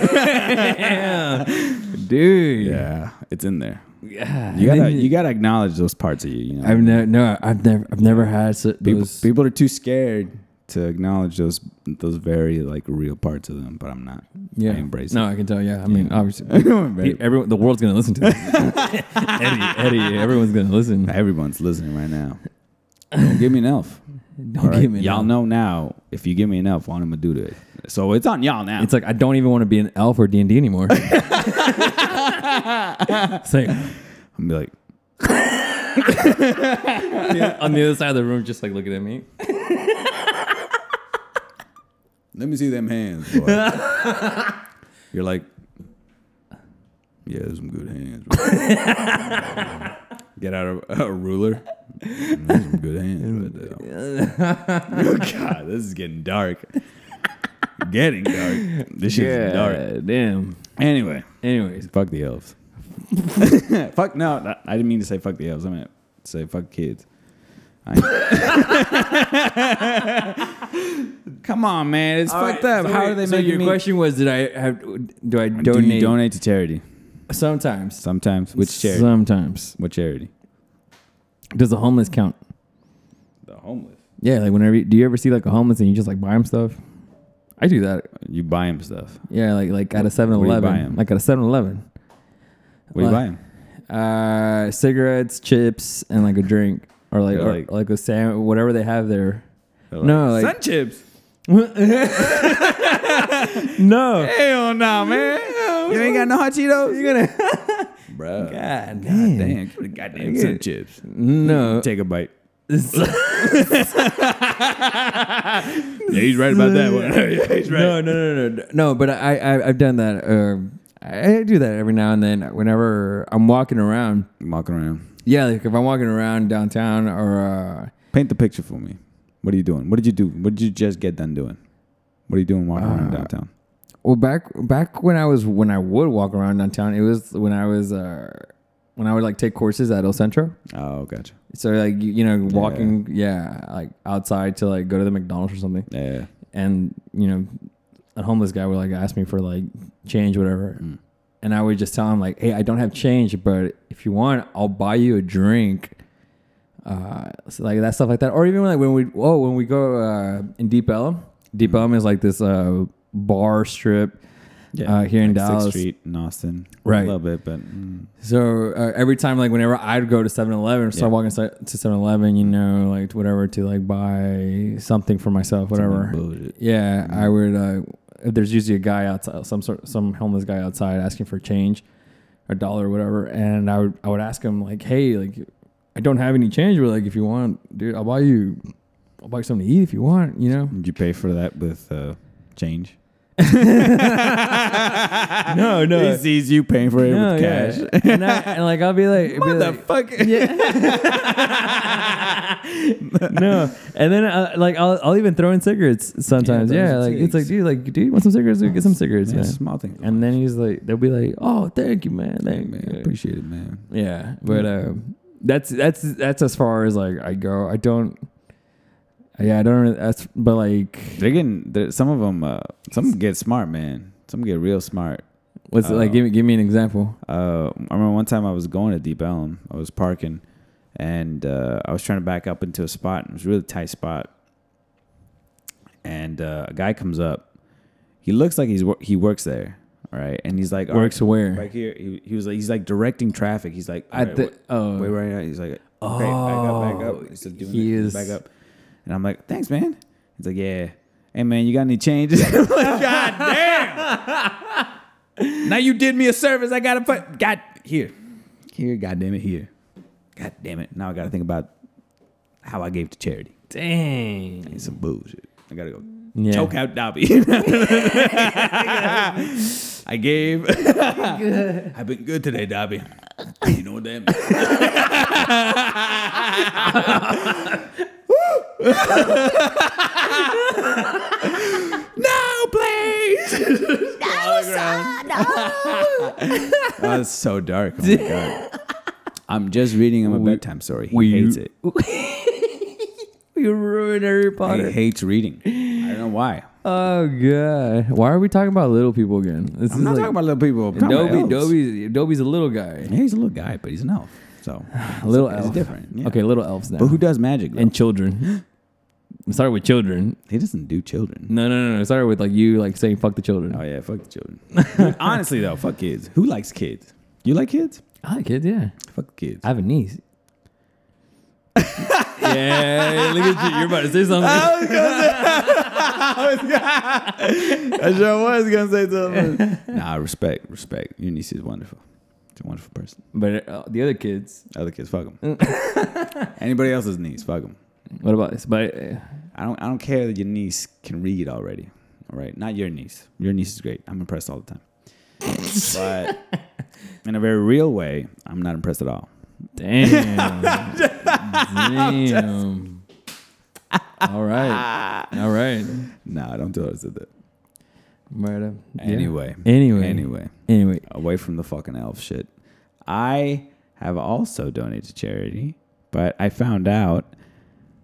Dude.
Yeah, it's in there.
<laughs> Yeah.
You gotta, you gotta acknowledge those parts of you. You know,
I've never no, I've never I've never had so,
people,
those
people are too scared to acknowledge those those very like real parts of them. But I'm not.
yeah.
I embrace <laughs>
no, I can tell. Yeah, I mean, obviously,
it.
pe- everyone the world's gonna listen to <laughs> this. Eddie, Eddie, everyone's gonna listen.
Everyone's listening right now. Don't give me an elf.
<laughs> Don't
All right?
give me
y'all
that.
know now if you give me an elf, what I'm gonna do to it. So it's on y'all now.
It's like I don't even want to be an elf or D and D anymore. it's like
I'm gonna be like,
<laughs> on the other side of the room, just like looking at me.
let me see them hands.
<laughs>
Boy. You're like, yeah, there's some good hands.
<laughs>
bro." Get out a, a ruler. Mm, There's some good hands. right there.
<laughs>
<laughs> oh God, this is getting dark. getting dark. This shit's dark.
damn.
Anyway,
Anyways,
fuck the elves. <laughs> fuck no, no, I didn't mean to say fuck the elves. I meant to say fuck kids. I- <laughs> Come on, man, it's fucked up. How are they
so
making
your
me-
question was, did I have? Do I
Do
donate?
you donate to charity
sometimes.
sometimes? Which charity?
Sometimes.
what charity?
Does the homeless count?
The homeless.
Yeah, like whenever you, do you ever see like a homeless and you just like buy him stuff? I do that.
You buy him stuff.
Yeah, like like at a 7-Eleven.
him?
Like at a 7-Eleven.
What do you
Like-
buy him?
Uh, cigarettes, chips, and like a drink, or like
Yeah,
or,
like-
like, a sandwich, whatever they have there. <laughs>
They're
No, like-
sun chips.
No,
Hell no,
<laughs>
man. You ain't got no hot Cheetos. You gonna, <laughs> bro? God
God damn,
<laughs> damn, give me the goddamn sun chips.
no.
Take a bite. <laughs>
no,
Yeah, he's right about that one. <laughs> he's right.
no, no, no, no, no. But I, I I've done that. Um, I I do that every now and then. Whenever I'm walking around,
walking around.
yeah, like if I'm walking around downtown or. Uh,
Paint the picture for me. What are you doing? What did you do? What did you just get done doing? What are you doing walking around downtown?
Well, back back when I was when I would walk around downtown, it was when I was uh, when I would like take courses at El Centro.
Oh, gotcha.
So like you, you know walking yeah. like outside to like go to the McDonald's or something,
Yeah.
and you know a homeless guy would like ask me for like change whatever,
Mm.
and I would just tell him like hey I don't have change, but if you want I'll buy you a drink. Uh, so like that stuff like that, or even like when we oh when we go uh, in Deep Elm,
Mm.
Deep Elm is like this uh, bar strip
Yeah.
uh, here in Dallas.
Sixth Street in Austin.
Right.
A little bit, but mm,
So uh, every time, like whenever I'd go to 7-Eleven, start
Yeah.
walking si- to 7-Eleven, you know, like whatever to like buy something for myself, whatever.
bullshit.
Yeah, I
Mm-hmm.
would. Uh, if there's usually a guy outside, some sort, some homeless guy outside asking for change, a dollar, or whatever, and I would, I would ask him like, hey, like, I don't have any change, but like, if you want, dude, I'll buy you, I'll buy you something to eat if you want, you
<laughs>
know. <laughs>
Did you pay for that with uh, <laughs> change?
No,
He sees you paying for it
No,
with
yeah.
cash.
and, I, and like I'll be like, be like,
Motherfucker. <laughs>
<laughs> no. And then uh, like I'll, I'll even throw in cigarettes sometimes.
Yeah,
Yeah,
throw in
like
some
it's like,
cigs.
dude, like, dude, you want some cigarettes? Dude, get some cigarettes,
Yeah,
man.
Small things.
And then he's like, they'll be like, oh, thank you, man, thank
man,
you.
appreciate it, man.
Yeah, but um, that's that's that's as far as like I go. I don't. Yeah, I don't. really- That's but like,
They're getting they're, some of them. Uh, some get smart, man. Some get real smart.
what's it like?
Uh,
Give me give me an example.
uh, I remember one time I was going to Deep Elm. I was parking, and uh, I was trying to back up into a spot. And it was a really tight spot. And uh, a guy comes up. He looks like he's wor- he works there, right? And he's like all right,
Works where?
right here. He, he was like he's like directing traffic. He's like
At the oh,
wait right now. He's like okay, back up, back
Oh,
up. He's like doing
he
it.
is-
back up. And I'm like thanks, man. He's like, yeah. Hey man, you got any changes? <laughs> I'm like, God
<laughs>
damn. now you did me a service. I gotta put God here, here. God damn it, here. God damn it. Now I gotta think about how I gave to charity.
Dang.
It's some bullshit. I gotta go
Yeah.
choke out Dobby. <laughs> I gave. <laughs> I've been good today, <laughs> Dobby. You know what that means. <laughs> no, please. no, sir, <laughs> That's so dark. Oh my god. I'm just reading him a bedtime story. He hates it.
<laughs> You ruined Harry Potter.
He hates reading. I don't know why.
Oh god. Why are we talking about little people again? This
I'm not talking about little people. I'm talking about
Dobby,
elves.
Dobby's, Dobby's a little guy.
Yeah, he's a little guy, but he's an elf.
<sighs>
So
little
it's
elves.
different, yeah.
Okay, little elves now.
But who does magic?
and
And <gasps>
children. Start with children.
he doesn't do children.
No, no, no, no. Start with like you like saying fuck the children.
Oh yeah, fuck the
<laughs>
children. Honestly though, fuck kids. Who likes kids? You like kids?
I like kids, yeah.
Fuck kids.
I have a niece. yeah, look at you. You're about to say something.
<laughs> I sure was gonna say something. <laughs> nah, respect, respect. Your niece is wonderful. She's a wonderful person.
<laughs> But uh, the other kids,
Other kids, fuck them.
Mm. <laughs>
Anybody else's niece, fuck them.
what about this? But uh,
I don't. I don't care that your niece can read already. All right, not your niece. Your niece is great. I'm impressed all the time.
<laughs>
but in a very real way, I'm not impressed at all.
<laughs> damn. damn. All right. All right.
Nah, don't tell her I said that.
Right. uh, yeah.
Anyway,
Anyway.
anyway,
Anyway.
away from the fucking elf shit. I have also donated to charity, but I found out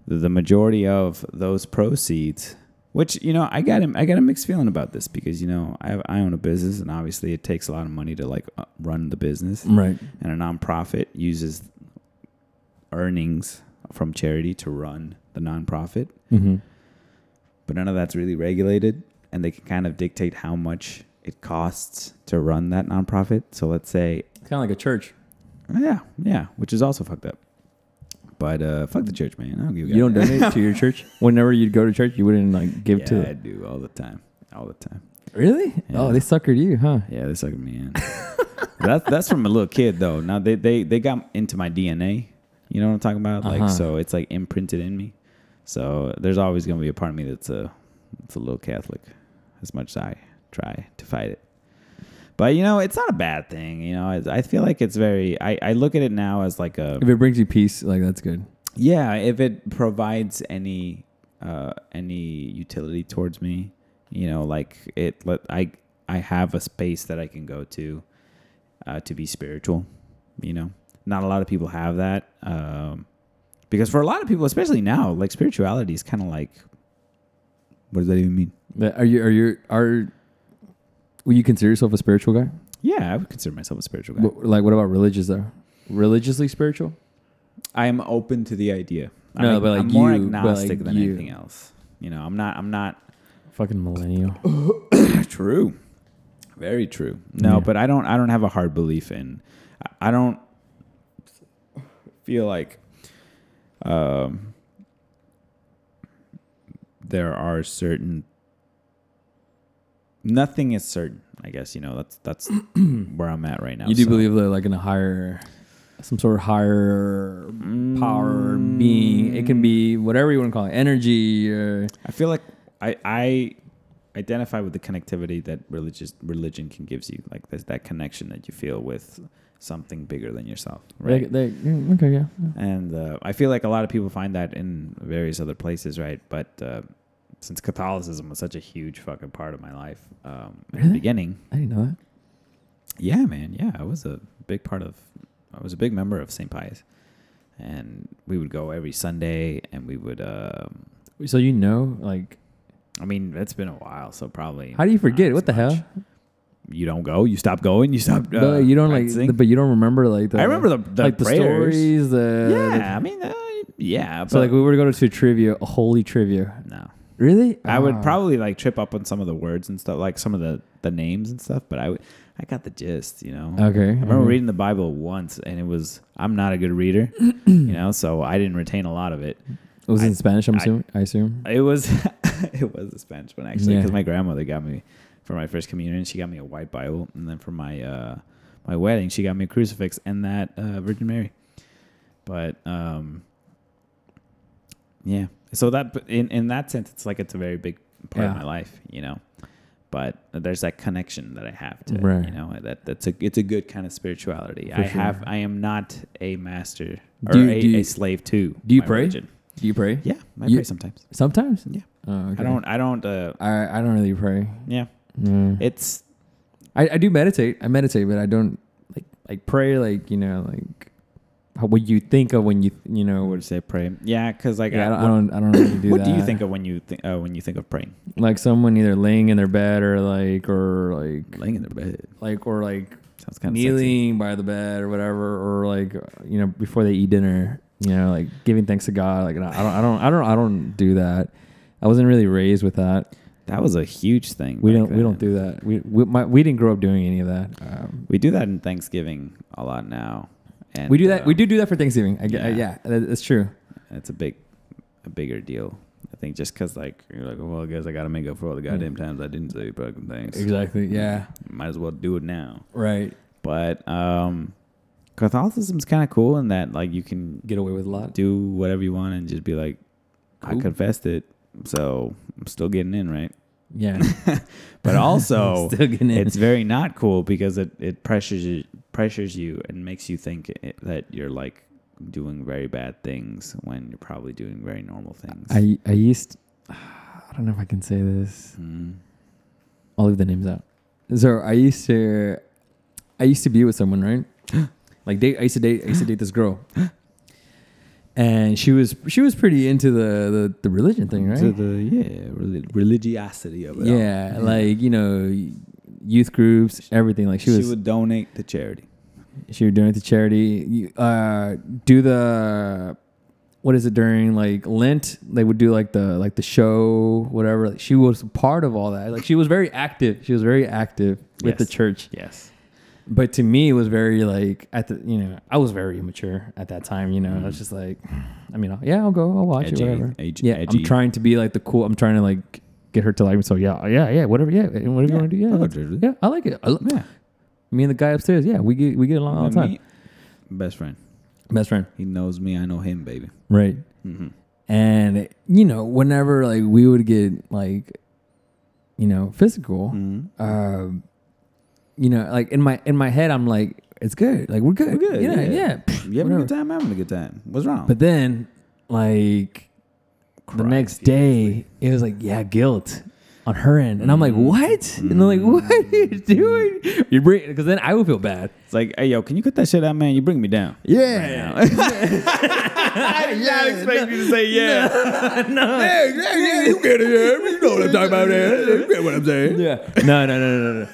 that the majority of those proceeds, which you know, I got him, I got a mixed feeling about this because you know, I I own a business, and obviously it takes a lot of money to like uh, run the business.
Right.
and a nonprofit uses earnings from charity to run the nonprofit,
Mm-hmm.
but none of that's really regulated, and they can kind of dictate how much it costs to run that nonprofit. So let's say, oh,
It's kind of like a church.
yeah, yeah, which is also fucked up. But uh, fuck the church, man. I don't give a
You don't
goddamn.
donate <laughs> to your church. Whenever you'd go to church, you wouldn't like give to.
Yeah, I
It.
do all the time, all the time.
Really? Oh,
Yeah.
they suckered you, huh?
Yeah, they suck me in. that's that's from a little kid though. Now they they they got into my DNA. You know what I'm talking about?
Uh-huh.
Like so, it's like imprinted in me. So there's always gonna be a part of me that's a that's a little Catholic, as much as I try to fight it. But you know, it's not a bad thing. You know, I, I feel like it's very. I I look at it now as like a
If it brings you peace, like that's good.
yeah. If it provides any uh any utility towards me, you know, like it. Let I I have a space that I can go to uh, to be spiritual. You know, not a lot of people have that um, because for a lot of people, especially now, like spirituality is kind of like, what does that even mean?
But are you? Are you? Are? Will you consider yourself a spiritual guy?
Yeah, I would consider myself a spiritual guy.
What, like, what about religious though? Religiously spiritual?
I am open to the idea.
No,
I'm,
but like
I'm more
you, but like
agnostic than
you.
anything else. You know, I'm not. I'm not
Fucking millennial.
True. Very true. No,
Yeah.
but I don't I don't have a hard belief in I- I don't feel like um there are certain nothing is certain, I guess, you know, that's that's <clears throat> where I'm at right now.
You do
so-
believe that, like in a higher, some sort of higher
Mm,
power being. It can be whatever you want to call it, energy. uh, Or,
I feel like I I identify with the connectivity that religious religion can gives you. Like there's that connection that you feel with something bigger than yourself. Right.
Like, they- mm, okay, yeah.
and uh, I feel like a lot of people find that in various other places, right? But uh, since Catholicism was such a huge fucking part of my life um, in the
Really?
beginning,
I didn't know that.
yeah, man, yeah, I was a big part of, I was a big member of St. Pius, and we would go every Sunday, and we would, um,
So you know, like,
I mean, it's been a while, so probably.
how do you
not
forget?
as
What the
much.
hell?
You don't go. You stop going. You stop. Uh,
but you don't
practicing.
like, but you don't remember like. The,
I remember the, the
like the
prayers.
stories. The
Yeah, I mean, uh, yeah.
So
but-
like we were going to a trivia, a holy trivia.
no.
Really?
I
Ah.
would probably like trip up on some of the words and stuff, like some of the the names and stuff. But I would, I got the gist, you know.
Okay. Mm-hmm.
I remember reading the Bible once, and it was I'm not a good reader, <clears throat> you know, so I didn't retain a lot of it.
It was
I-
in Spanish. I'm
I-
assuming. I assume.
It was <laughs> it was the Spanish one actually,
Yeah.
because my grandmother got me for my first communion. She got me a white Bible, and then for my uh, my wedding, she got me a crucifix and that uh, Virgin Mary. But um, yeah, so that in in that sense, it's like it's a very big part of
Yeah.
my life, you know. But there's that connection that I have to, it,
Right.
you know, that that's a it's a good kind of spirituality.
For
I
sure.
have I am not a master or
Do you-
a,
do you-
a slave to.
do you
my
pray?
religion.
Do you pray?
Yeah, I
You-
pray sometimes.
Sometimes.
Yeah.
Oh, okay.
I don't. I don't. Uh,
I, I don't really pray.
yeah,
Mm.
it's
I, I do meditate. I meditate, but I don't like like pray like you know like how, what you think of when you you know
what do you
what.
say? Pray. Yeah, because like,
Yeah, I don't,
uh,
I don't. I don't really do
what, what
that.
do you think of when you think uh, when you think of praying?
Like someone either laying in their bed or like or like
Laying in their bed
like or like
sounds kind of
kneeling by the bed or whatever, or like you know before they eat dinner, you know, like giving thanks to God. Like and I don't, I don't, I don't, I don't do that. I wasn't really raised with that.
That was a huge thing.
We
back
don't, we
then.
don't do that. We we, my, we didn't grow up doing any of that. Um,
We do that in Thanksgiving a lot now. And
we do that.
uh,
We do do that for Thanksgiving. I, yeah,
yeah.
yeah that, that's true.
um, It's a big, a bigger deal. I think just because like you're like, well, I guess I gotta make up for all the
Mm.
goddamn times I didn't say fucking thanks.
Exactly. Yeah.
Might as well do it now.
Right.
But um, Catholicism's kind of cool in that like you can
Get away with a lot.
do whatever you want and just be like, I
Cool.
confessed it, so I'm still getting in,
<laughs>
right?
Yeah.
But also,
Still getting in.
it's very not cool because it, it pressures you, pressures you and makes you think it, that you're like doing very bad things when you're probably doing very normal things.
<laughs> I I used. <sighs> I don't know if I can say this.
Mm.
I'll leave the names out. So I used to, I used to be with someone, right? <gasps> like date. I used to date. I used to date this <gasps> girl, and she was she was pretty into the the, the religion thing, right?
To the yeah reli- religiosity of it. all.
yeah, like you know, youth groups, everything. Like she
she,
was, she would,
would donate to charity.
donate to charity. You, uh, do the what is it during like Lent? They would do like the like the show, whatever. Like she was part of all that. Like she was very active. She was very active with the
Yes.
church.
Yes.
but to me it was very like at the you know i was very immature at that time you know i was just like i mean I'll- yeah i'll go i'll watch
Mm. Edgy,
it whatever
edgy,
yeah
edgy.
i'm trying to be like the cool i'm trying to like get her to like me so yeah yeah yeah whatever yeah and whatever
Yeah,
you want to do yeah
I'll go
let's-
do it.
yeah i like it I lo-
Yeah.
me and the guy upstairs yeah we get we get along all the time
Me- best friend.
best friend
He knows me. I know him, baby.
right
Mhm.
and you know whenever like we would get like you know physical
Mhm.
um, you know, like in my in my head, I'm like, it's good. Like we're good.
We're good,
Yeah,
yeah.
yeah.
You having a
whatever.
good time? I'm having a good time. What's wrong?
But then, like the
Cry
next day, it was like, yeah, guilt on her end, and I'm like, what? And they're like, what are you doing? You bring because then I would feel bad.
it's like, hey, yo, can you cut that shit out, man? You bring me down. <laughs>
Yeah.
I did not expect you to <laughs> say yeah.
yeah. No, no, no, no, no, no.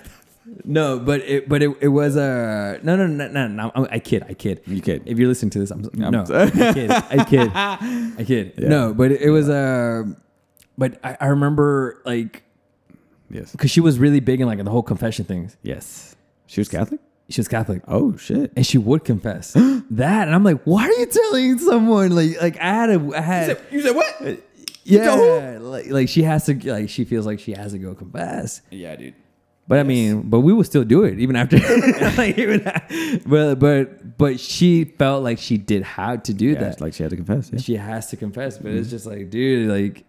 No, but it, but it, it was a uh, no, no, no, no, no. I'm- I kid, I kid.
You kid.
If you're listening to this, I'm,
I'm
no,
sorry.
I kid, I kid, I kid.
<laughs> Yeah.
No, but it, it was uh, but I, I remember like
Yes.
because she was really big in like the whole confession things.
Yes. She was Catholic?
She was Catholic.
Oh, shit.
And she would confess <gasps> that, and I'm like, "Why are you telling someone like like I had a I had
<laughs> You said what?
yeah like, like she has to like she feels like she has to go confess."
Yeah, dude.
But I mean, but we would still do it even
<laughs>
after. <laughs> like, even, but but but she felt like she did have to do
Yeah,
that.
it's like she had to confess. Yeah.
she has to confess, but
Mm-hmm.
it's just like, dude, like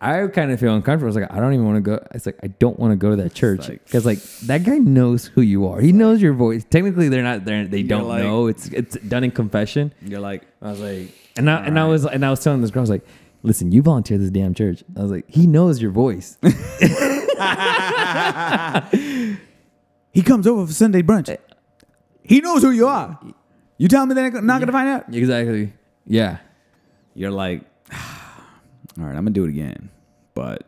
I kind of feel uncomfortable. It's like I don't even want to go. It's like I don't want to go to that church
like-
because like, that guy knows who you are. He knows your voice. Technically, they're not there. They don't
like-
know. It's it's done in confession.
You're like,
I was like, and I and I was and I was telling this girl, I was like, listen, you volunteer this damn church. I was like, he knows your voice.
he comes over for Sunday brunch. He knows who you are. You tell me they're not going to find out.
exactly. Yeah.
You're like, <sighs> all right, I'm going to do it again, but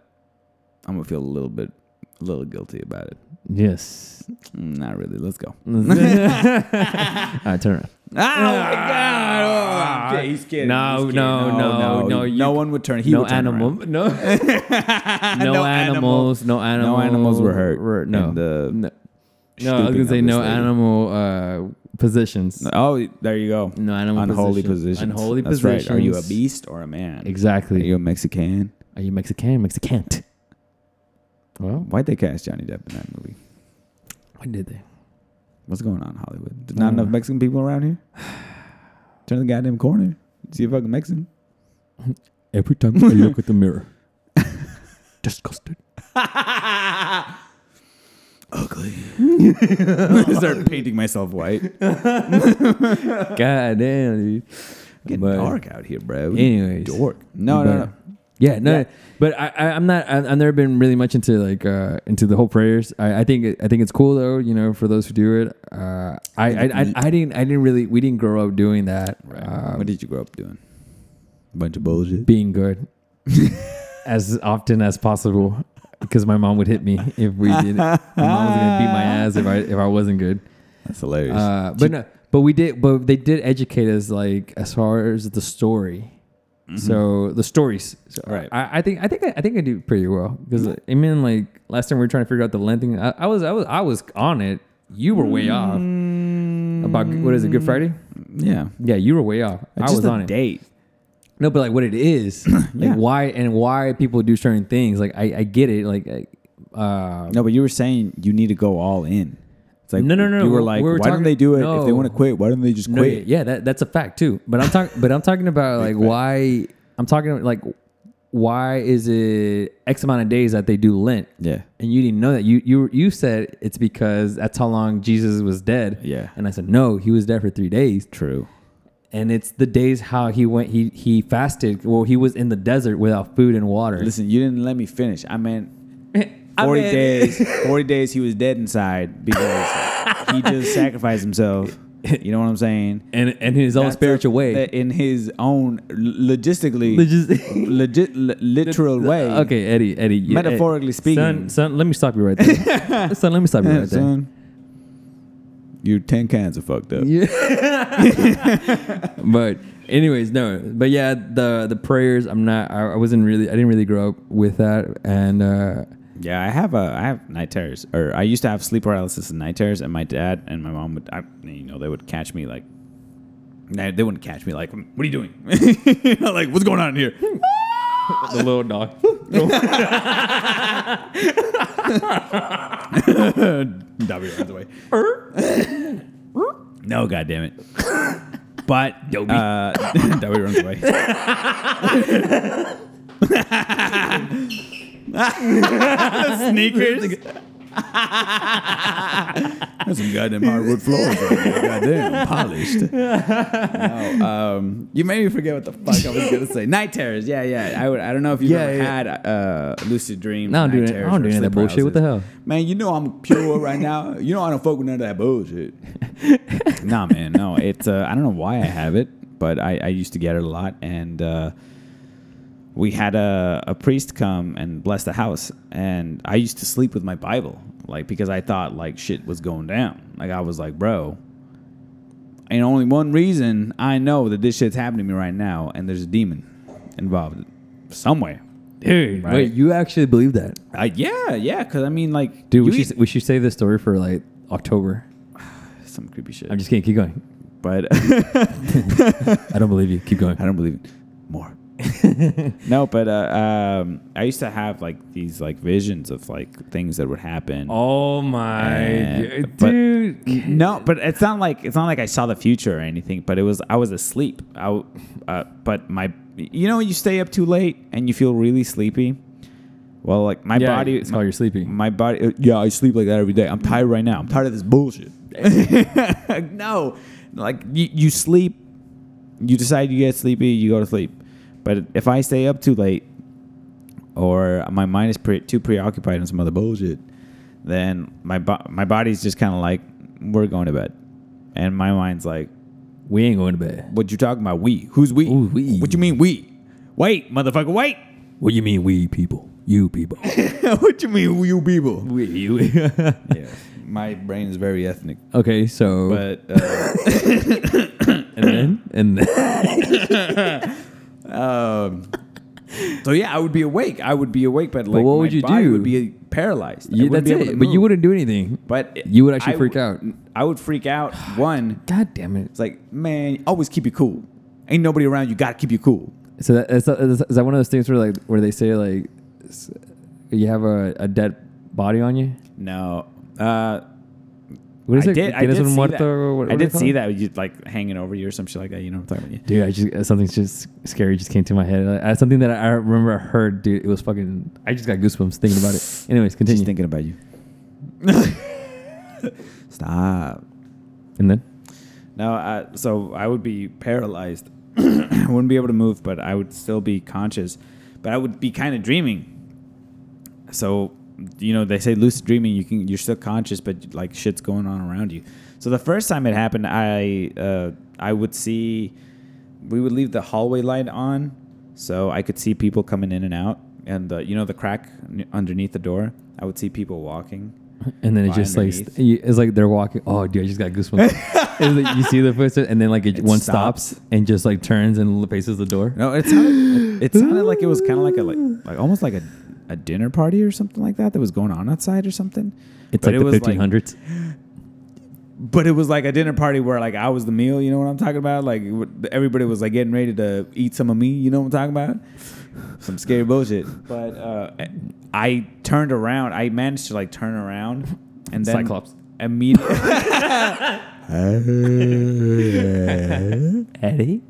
I'm going to feel a little bit, a little guilty about it.
Yes. <laughs>
Mm, Not really. Let's go.
All right, turn around.
Oh my god! Oh, he's kidding.
Ah, No, no, no, no, you-
no one would turn. He
no
would turn
animal. <laughs>
around. <laughs>
No. no,
No
animals. No animals.
No animals were hurt.
no.
in the
no. No, I was
stooping
gonna
of
say
this
no
lady.
animal uh, positions. No,
Oh, there you go.
animal
Unholy
positions.
position.
Unholy
That's
positions.
Right. Are you a beast or a man? Are
Exactly.
you a Mexican
Are you Mexican? Mexican. Well,
Why'd they cast Johnny Depp in that movie?
when did they?
What's going on in Hollywood? There's
I
not
don't
enough
know.
Mexican people around here. Turn the goddamn corner. See a
<laughs>
fucking Mexican.
Every time I look at the <laughs> mirror, disgusted.
Ugly. <laughs> Start painting myself white.
God damn, dude.
Getting
But-
dark out here, bro.
Anyways,
Dork. No, no, no.
But- Yeah, no,
Yeah.
but I, I, I'm not. I, I've never been really much into like uh, into the whole prayers. I, I think it- I think it's cool though. You know, for those who do it, uh, I, I, I, I didn't I didn't really we didn't grow up doing that. Um,
what did you grow up doing? Bunch of bullshit.
being good <laughs> as often as possible because my mom would hit me if we did. My mom was gonna beat my ass if I if I wasn't good.
That's hilarious.
Uh, but no, but we did. But they did educate us like as far as the story. Mm-hmm. So the stories, so
Right.
I, I think I think I, think I do pretty well because
Mm.
I mean, like last time we were trying to figure out the length thing, I, I was I was I was on it. You were way off
Mm.
about what is it Good Friday?
yeah.
Yeah, you were way off. I
Just
was
a
on it.
date.
No, but like what it
<coughs>
is, like
Yeah.
why and why people do certain things. Like I, I get it. Like, I, uh,
No, but you were saying you need to go all in. It's like
No, no, no,
You were
we're-
like,
we were
why don't
talking-
they do it if they
no.
want to quit? Why don't they just
no,
quit?
yeah, yeah, that, that's a fact too. But I'm talking, but I'm talking about like why I'm talking like why is it X amount of days that they do Lent?
Yeah.
and you didn't know that. You you you said it's because that's how long Jesus was dead.
Yeah.
and I said no, he was dead for three days.
True.
And it's the days how he went. He he fasted. Well, he was in the desert without food and water.
Listen, you didn't let me finish. I meant
<laughs>
forty
meant-
days. Forty days he was dead inside because
<laughs>
he just sacrificed himself. You know what I'm saying?
and and in his own
That's
spiritual
a-
way. <laughs>
that In his own l- logistically,
Logis-
legit, li- <laughs> literal
<laughs>
way.
Okay, Eddie, Eddie. you-
Metaphorically
eh,
speaking.
son, son, let me stop you right
<laughs>
there. son, let me stop you
Yeah,
right there.
son. Your ten cans are fucked up.
But anyways, no, but yeah, the the prayers. I'm not. I, I wasn't really. I didn't really grow up with that, and uh,
Yeah, I have a I have night terrors, or I used to have sleep paralysis and night terrors, and my dad and my mom would, I, you know, they would catch me like, they they wouldn't catch me like, what are you doing? <laughs> like, what's going on here?
Hmm. the little <laughs> dog.
Dobby runs away.
Er?
no, God <laughs> damn it. But Dobby, uh, <laughs> Dobby runs away. <laughs> Sneakers. <laughs> That's some goddamn hardwood floors right there. Goddamn polished. No, um, you made me forget what the fuck I was gonna say. Night terrors. Yeah, yeah. I would. I don't know if you've
Yeah,
ever
yeah, yeah.
had uh, lucid dreams.
No, I don't do
night
any- I
terrors
don't do
or
any of that
sleep
bullshit. What the
paralysis.
hell?
Man, you know I'm <laughs> pure right now. You know I don't fuck with none of that bullshit. <laughs> nah, man, no. It's uh, I don't know why I have it, but I, I used to get it a lot, and uh, we had a, a priest come and bless the house, and I used to sleep with my Bible, like because I thought like shit was going down. Like I was like, bro. And only one reason I know that this shit's happening to me right now, and there's a demon involved somewhere.
Dude,
right?
wait, you actually believe that?
Uh, yeah, yeah, because I mean, like,
Dude,
you e-
we
eat-
should, we should save this story for like October.
some creepy shit.
I'm just kidding. Keep going.
but <laughs>
I don't believe you. Keep going.
I don't believe it. More. <laughs> no, but uh, um, I used to have like these like visions of like things that would happen.
Oh my
Yeah,
God,
but-
dude.
No, but it's not like it's not like I saw the future or anything. But it was I was asleep. I, w- uh, but my, you know, when you stay up too late and you feel really sleepy. Well, like my
Yeah,
body,
it's while you're sleeping.
My body, uh, yeah, I sleep like that every day. I'm
Mm-hmm.
tired right now. I'm tired of this bullshit. <laughs> no, like you, you sleep, you decide you get sleepy, you go to sleep. But if I stay up too late, or my mind is pre- too preoccupied in some other bullshit, then my bo- my body's just kind of like we're going to bed, and my mind's like,
We ain't going to bed.
"What you talking about? We? Who's we?
Ooh, we.
What you mean we? Wait, motherfucker, wait!
What do you mean, we people? You people.
<laughs> what you mean you people?
we,
<laughs>
you.
Yeah, my brain is very ethnic,
okay, so.
but uh,
<laughs> and then?
<laughs>
And then.
um, so yeah, I would be awake. I would be awake, but like
what
my
would you
body
do?
Would be paralyzed. I
You,
wouldn't
that's
be able to
it. But you
move.
wouldn't do anything.
But it-
you would actually
I
freak
would-
out.
I would freak out. One,
<sighs> God damn it.
It's like, man, always keep you cool. Ain't nobody around. You gotta keep you cool.
So that, is, that, is that one of those things where like where they say like s- you have a, a dead body on you?
No. Uh,
What is
I
it?
did. I
Tienes
did
un
see
muerto,
that.
or what- what
I
do they
did
call
see
it?
that. You like hanging over you or some shit like that. You know what I'm talking about?
Dude, I just something's just scary just came to my head. Like, I, something that I, I remember I heard, dude. It was fucking. I just got goosebumps thinking about <sighs> it. Anyways,
She's
continue.
thinking about you. <laughs> Stop.
And then
No, I, so I would be paralyzed. <clears throat> I wouldn't be able to move, but I would still be conscious. But I would be kind of dreaming. So, you know, they say lucid dreaming. You can you're still conscious, but like shit's going on around you. So the first time it happened, I uh, I would see we would leave the hallway light on, so I could see people coming in and out, and the, you know the crack n- underneath the door. I would see people walking.
and then it
By
just like st-
underneath.
you- it's like they're walking. Oh, dude, I just got goosebumps. It's like you see the footsteps, and then like it,
It
one stops.
stops.
and just like turns and faces the door.
No, it sounded it sounded like it was kind of like a like, like almost like a, a dinner party or something like that that was going on outside or something.
It's
But
like
it
the
was
1500s.
But it was like a dinner party where like I was the meal. You know what I'm talking about? Like w- everybody was like getting ready to eat some of me. You know what I'm talking about? Some scary bullshit. But uh, I turned around. I managed to like turn around and then
Cyclops.
immediately.
Eddie.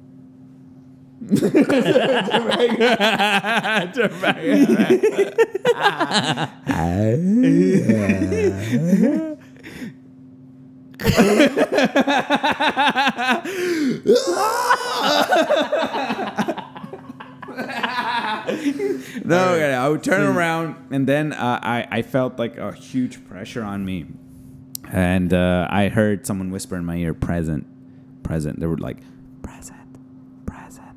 No, okay, I would turn around, and then uh, I I felt like a huge pressure on me, and uh, I heard someone whisper in my ear, "Present, present." They were like, "Present, present,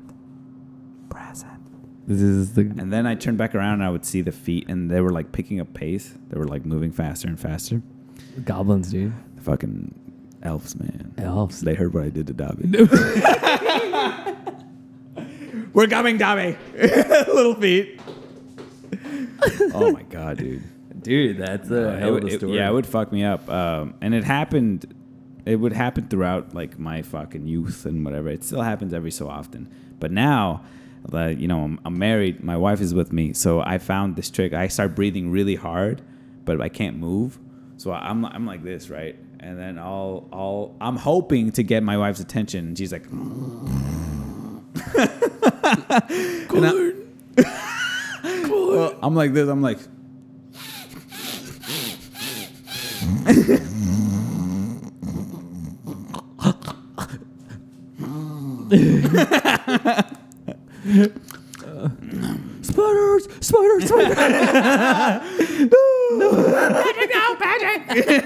present."
This is the
And then I turned back around, and I would see the feet, and they were like picking up pace. They were like moving faster and faster.
goblins, dude.
The fucking elves, man.
Elves.
They heard what I did to Dobby. <laughs> We're coming, Dobby. <laughs> Little feet. oh my god, dude.
Dude, that's a
Uh, it would- it- yeah, it would fuck me up. Um, and it happened. It would happen throughout like my fucking youth and whatever. It still happens every so often. But now, like you know, I'm, I'm married. My wife is with me, so I found this trick. I start breathing really hard, but I can't move. So I'm I'm like this, right? And then I'll I'll I'm hoping to get my wife's attention. And she's like, <laughs> And I- Well, <laughs> I'm like this. I'm like.
Spiders, spiders, spiders.
<laughs> Fucking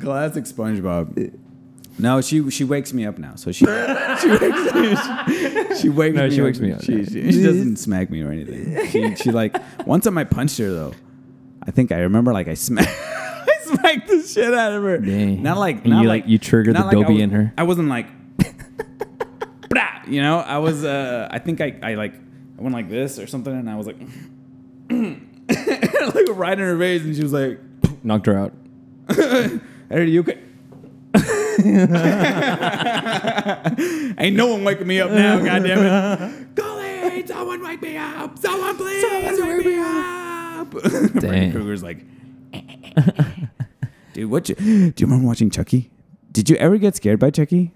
classic SpongeBob. No, she she wakes me up now. So she <laughs> she wakes me. She wakes
No,
me.
she
up.
wakes me up.
She, she, she doesn't smack me or anything. She, she like one time I punched her though. I think I remember like I smacked <laughs> I smacked the shit out of her.
Dang.
Not like
And
not
you,
like
like, you triggered
not
the
like I
Dobby
was-
in her.
I wasn't like, <laughs> Brah! you know, I was. Uh, I think I I like I went like this or something, and I was like, <clears throat> like right in her face, and she was like.
Knocked her out.
Hey, you can. <laughs> Ain't no one waking me up now,
<laughs>
goddammit. Golly, someone wake me up. Someone please wake me up. <laughs> Freddy
Dang.
Krueger's like, "Eh." <laughs> dude, what you, do you remember watching Chucky? Did you ever get scared by
<laughs>
Chucky?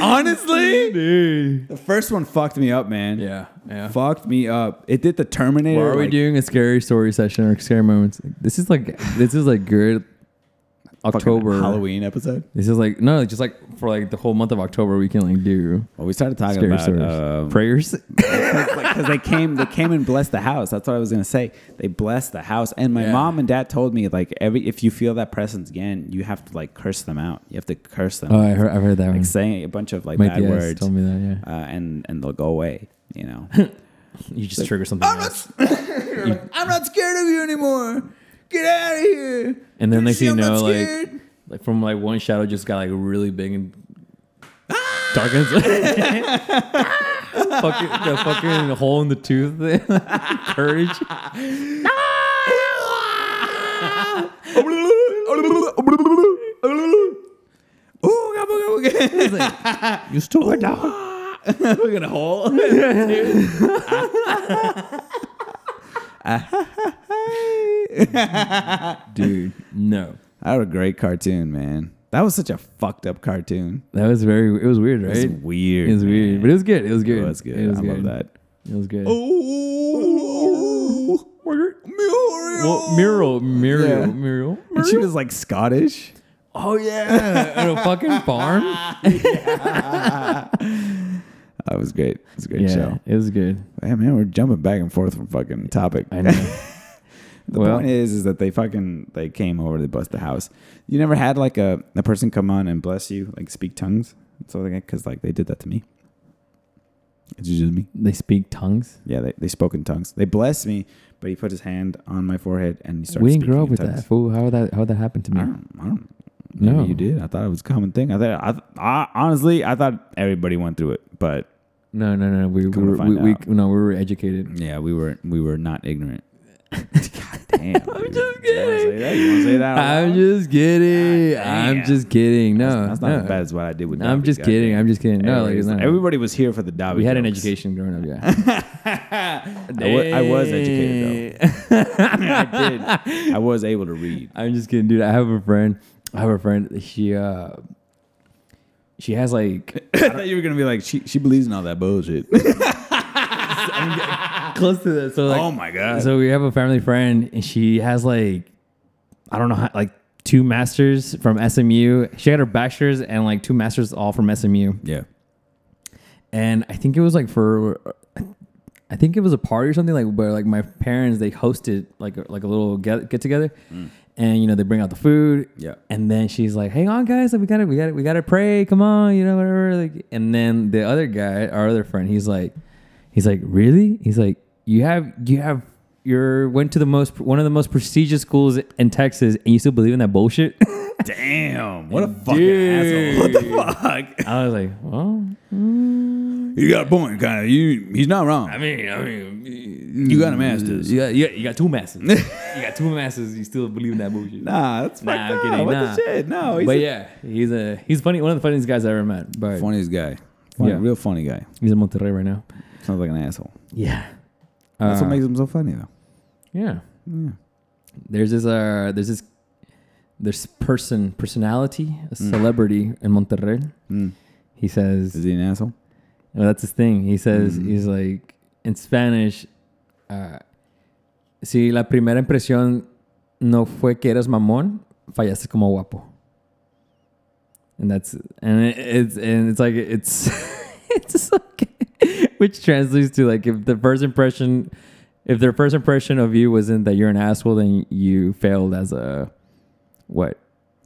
Honestly, dude. the first one fucked me up, man.
yeah.
Fucked me up. It did the Terminator.
Why are we
like,
doing a scary story session or scary moments? This is like this is like good
fucking
October.
Halloween episode?
This is like no, just like for like the whole month of October, we can like do
Well, we started talking
scary
about
stories,
<laughs> um,
prayers.
because they came they came and blessed the house that's what i was going to say they blessed the house and my
Yeah.
mom and dad told me like every if you feel that presence again you have to like curse them out you have to curse them
Oh, I heard, I've heard that one.
like saying a bunch of like
Mike
bad
Diaz
words
told me that.
uh, and and they'll go away you <laughs> know
Yeah, you just trigger something.
<laughs>
else.
i'm not scared of you anymore get out of here
And then next thing you
I'm not
know, like
<laughs> scared.
like from like
<laughs>
one shadow just got like really big and darkens. <laughs> fucking, the fucking hole in the tooth <laughs> thing. Courage.
<laughs>
You stupid dog.
Look at a hole.
Dude, no.
<laughs> That was a great cartoon, man. That was such a fucked up cartoon.
That was very, it was weird, right?
It's
It
weird.
was weird, but it was good. It was good.
It was good.
It was
I
good.
love that.
It was good.
Oh, Muriel.
Well, Muriel, Muriel,
Yeah.
Muriel.
And she was like Scottish.
Oh yeah, at a
<laughs>
fucking farm.
That was great. It was a great
yeah,
show.
it was good.
Man, man, we're jumping back and forth from fucking topic.
I know.
<laughs> The
Well-
point is, is that they fucking they came over to bust the house. You never had like a, a person come on and bless you, like speak tongues, and stuff like that, because like they did that to me. It's just me.
<laughs> they speak tongues.
Yeah, they, they spoke in tongues. They blessed me, but he put his hand on my forehead and he started.
We didn't
speaking
grow up
in
with
tongues.
that. Fool, how that how that happened to me?
I don't, I don't
No.
Maybe you did. I thought it was a common thing. I thought, I, th- I honestly, I thought everybody went through it, but
No, no, no. We
Come to
were we,
find
we
out.
no we were educated.
yeah, we were we were not ignorant. <laughs> God
<laughs>
damn! I'm
just
You want to say that? You wanna say that out
I'm
loud?
just kidding.
God
I'm
damn.
just kidding. No,
that's, that's not
no.
as bad as what I did with.
No, I'm
Dobby,
just
God
kidding.
damn.
I'm just kidding. No, like
Everybody's-
it's not.
everybody was here for the Dobby.
we had an
jokes.
education growing up. Yeah,
<laughs> I wa- I was educated,
though.
<laughs> I did. I was able to read.
<laughs> I'm just kidding, dude. I have a friend. I have a friend. She uh, she has like
<laughs> I thought you were gonna be like, she she believes in all that bullshit.
close to that. So like,
Ah. oh my god!
so we have a family friend, and she has like, I don't know, how, like two masters from SMU. She had her bachelor's and like two masters all from SMU.
yeah,
And I think it was like for, I think it was a party or something like where like my parents they hosted like a, like a little get get together, and you know they bring out the food.
Yeah.
And then she's like, "Hang on, guys, like, we gotta we gotta we gotta pray. Come on, you know whatever." Like, and then the other guy, our other friend, he's like, he's like, really? He's like, you have you have your went to the most one of the most prestigious schools in Texas, and you still believe in that bullshit? <laughs>
damn! What a fucking
Dude.
asshole! What the fuck?
I was like, well,
You got a point, kind of. You he's not wrong.
I mean, I mean,
you got a master's.
Yeah, yeah, you got two
<laughs>
masters. you got two masters. You still believe in that bullshit.
Nah, that's
Nah,
fucked
I'm
up.
kidding,
What
nah.
the shit? No, he's
but
a
yeah, he's a he's funny. One of the funniest guys I ever met. But
funniest guy. Funny,
Yeah.
Real funny guy.
he's in Monterrey right now.
Sounds like an asshole.
Yeah,
That's
Uh,
what makes him so funny, though.
yeah. There's this uh there's this there's person personality a celebrity in Monterrey.
Mm.
He says
Is he an asshole?
Well, that's his thing. He says he's like in Spanish. Uh, si la primera impresión no fue que eras mamón, fallaste como guapo. And that's and it, it's and it's like it's <laughs> it's okay, <laughs> which translates to like if the first impression, if their first impression of you wasn't that you're an asshole, then you failed as a what?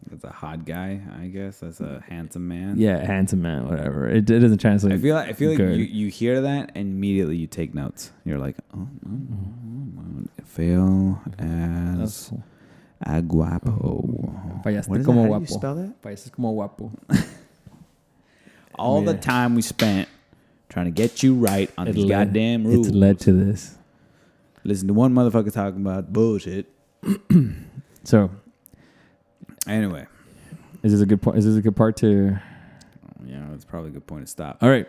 That's a hot guy, I guess. That's a handsome man.
Yeah, handsome man, whatever. It, it doesn't translate.
I feel like I feel like you,
Good.
you hear that and immediately you take notes. You're like, oh, oh, oh, oh, fail as
Asshole.
a guapo.
Fallaste
What is that?
como
How do you
guapo.
spell that?
Pareces como guapo.
All the
Yeah.
time we spent trying to get you right on these goddamn rules.
It's led to this.
Listen to one motherfucker talking about bullshit.
So,
Anyway,
is this a good point? Is this a good part to?
you know, it's probably a good point to stop.
All right.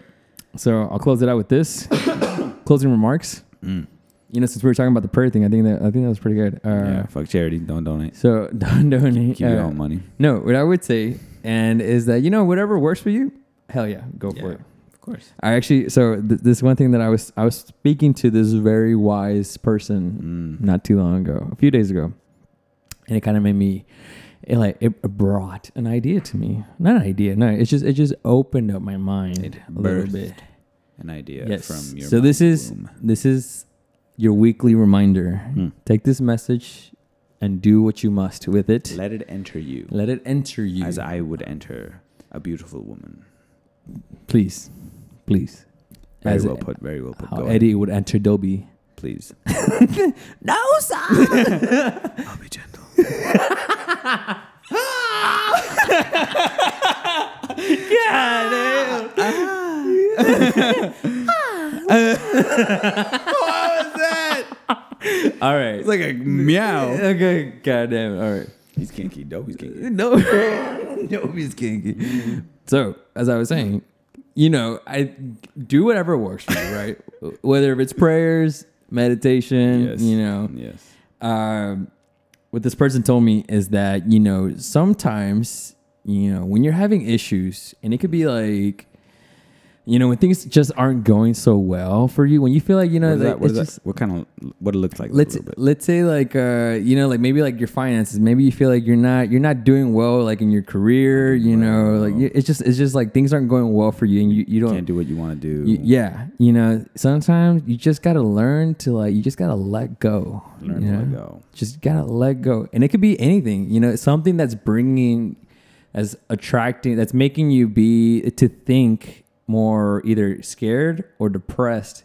So I'll close it out with this <coughs> closing remarks.
Mm.
You know, since we were talking about the prayer thing, I think that I think that was pretty good. Uh,
yeah, fuck charity. Don't donate.
So <laughs> don't donate.
Keep your
uh,
own money.
no, what I would say and is that you know whatever works for you, hell yeah, go
Yeah.
for it.
Of course.
I actually so th- this one thing that I was I was speaking to this very wise person
Mm.
not too long ago, a few days ago, and it kind of made me, it like it brought an idea to me. Not an idea, no. It's just it just opened up my mind
It
a little
birthed
bit.
An idea
Yes.
from your
so this
mom's
is
womb.
this is your weekly reminder.
Hmm.
Take this message and do what you must with it. Let,
let it enter you,
it enter you,
as I would enter a beautiful woman.
please, please.
Very
As
well put. Very well put.
How
Go ahead,
Eddie would enter Dobie.
please.
No, sir.
I'll be gentle.
<laughs> Ah. <laughs> All right.
It's like a meow.
okay, goddamn. All right.
He's kinky. No, he's kinky.
No, <laughs> no, he's kinky. So, as I was saying, you know, I do whatever works for you, <laughs> right? Whether if it's prayers, meditation,
Yes.
you know.
Yes.
Um, what this person told me is that you know sometimes you know when you're having issues, and it could be like. You know when things just aren't going so well for you, when you feel like you know
What, is
like,
that,
it's
what, is that,
just-
what kind of what it looks like? a
let's
little bit.
let's say like uh you know like maybe like your finances maybe you feel like you're not you're not doing well like in your career you know like you- it's just it's just like things aren't going well for you and you, you don't
can't do what you want to do.
you, yeah you know sometimes you just gotta learn to like you just gotta let go
Learn
you know?
to let go.
just gotta let go and it could be anything you know it's something that's bringing as attracting that's making you be to think more either scared or depressed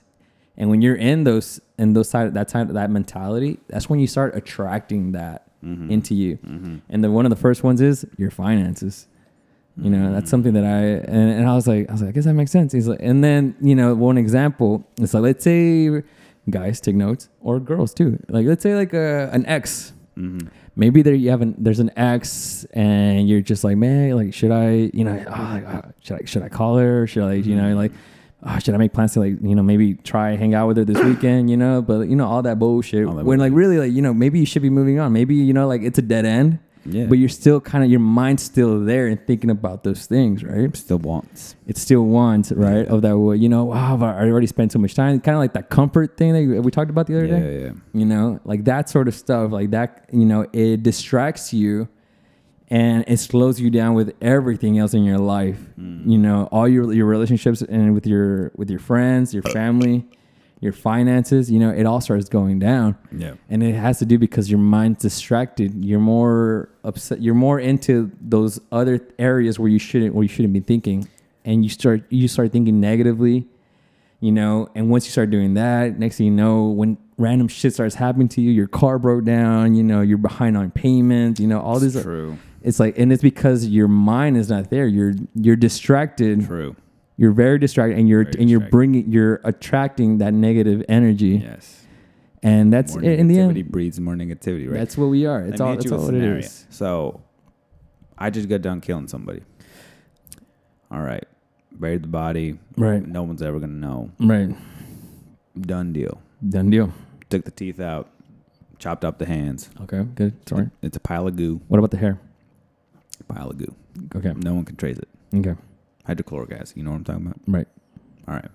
and when you're in those in those side that time that mentality that's when you start attracting that into you and then one of the first ones is your finances you know that's
Mm.
something that i and, and i was like i was like i guess that makes sense he's like and then you know one example it's like let's say guys take notes or girls too like let's say like a, an ex
Mm-hmm.
maybe there you have an there's an ex and you're just like man like should i you know ah, like, ah, should i should i call her should i you
Mm-hmm.
know like ah, should i make plans to like you know maybe try hang out with her this
<coughs>
weekend you know but you know all that bullshit
All that
when like really like you know maybe you should be moving on maybe you know like it's a dead end
Yeah.
but you're still kind of your mind's still there and thinking about those things right
Still wants.
it still wants right of that well, you know wow i already spent so much time kind of like that comfort thing that we talked about the other
Yeah,
day
yeah.
you know like that sort of stuff like that you know it distracts you and it slows you down with everything else in your life
Hmm.
you know all your your relationships and with your with your friends
Uh.
your family your finances you know it all starts going down
Yeah.
and it has to do because your mind's distracted you're more upset you're more into those other areas where you shouldn't where you shouldn't be thinking and you start you start thinking negatively you know and once you start doing that next thing you know when random shit starts happening to you your car broke down you know you're behind on payments you know all uh, this
True.
it's like and it's because your mind is not there you're you're distracted
True.
you're very distracted and you're
Very
and you're
distracted.
bringing you're attracting that negative energy
Yes.
and that's
More
it in the
negativity
end
breeds more negativity, right?
that's what we are. It's
Let me
all.
hit
That's
you with
all
a
it
scenario.
is.
So, I just got done killing somebody. All right, buried the body.
Right.
No one's ever gonna know.
Right.
Done deal.
Done deal.
Took the teeth out, chopped up the hands.
Okay. Good. Sorry.
It's a pile of goo.
What about the hair?
Pile of goo.
Okay.
No one can trace it.
Okay.
Hydrochloric acid. You know what I'm talking about?
Right.
All right.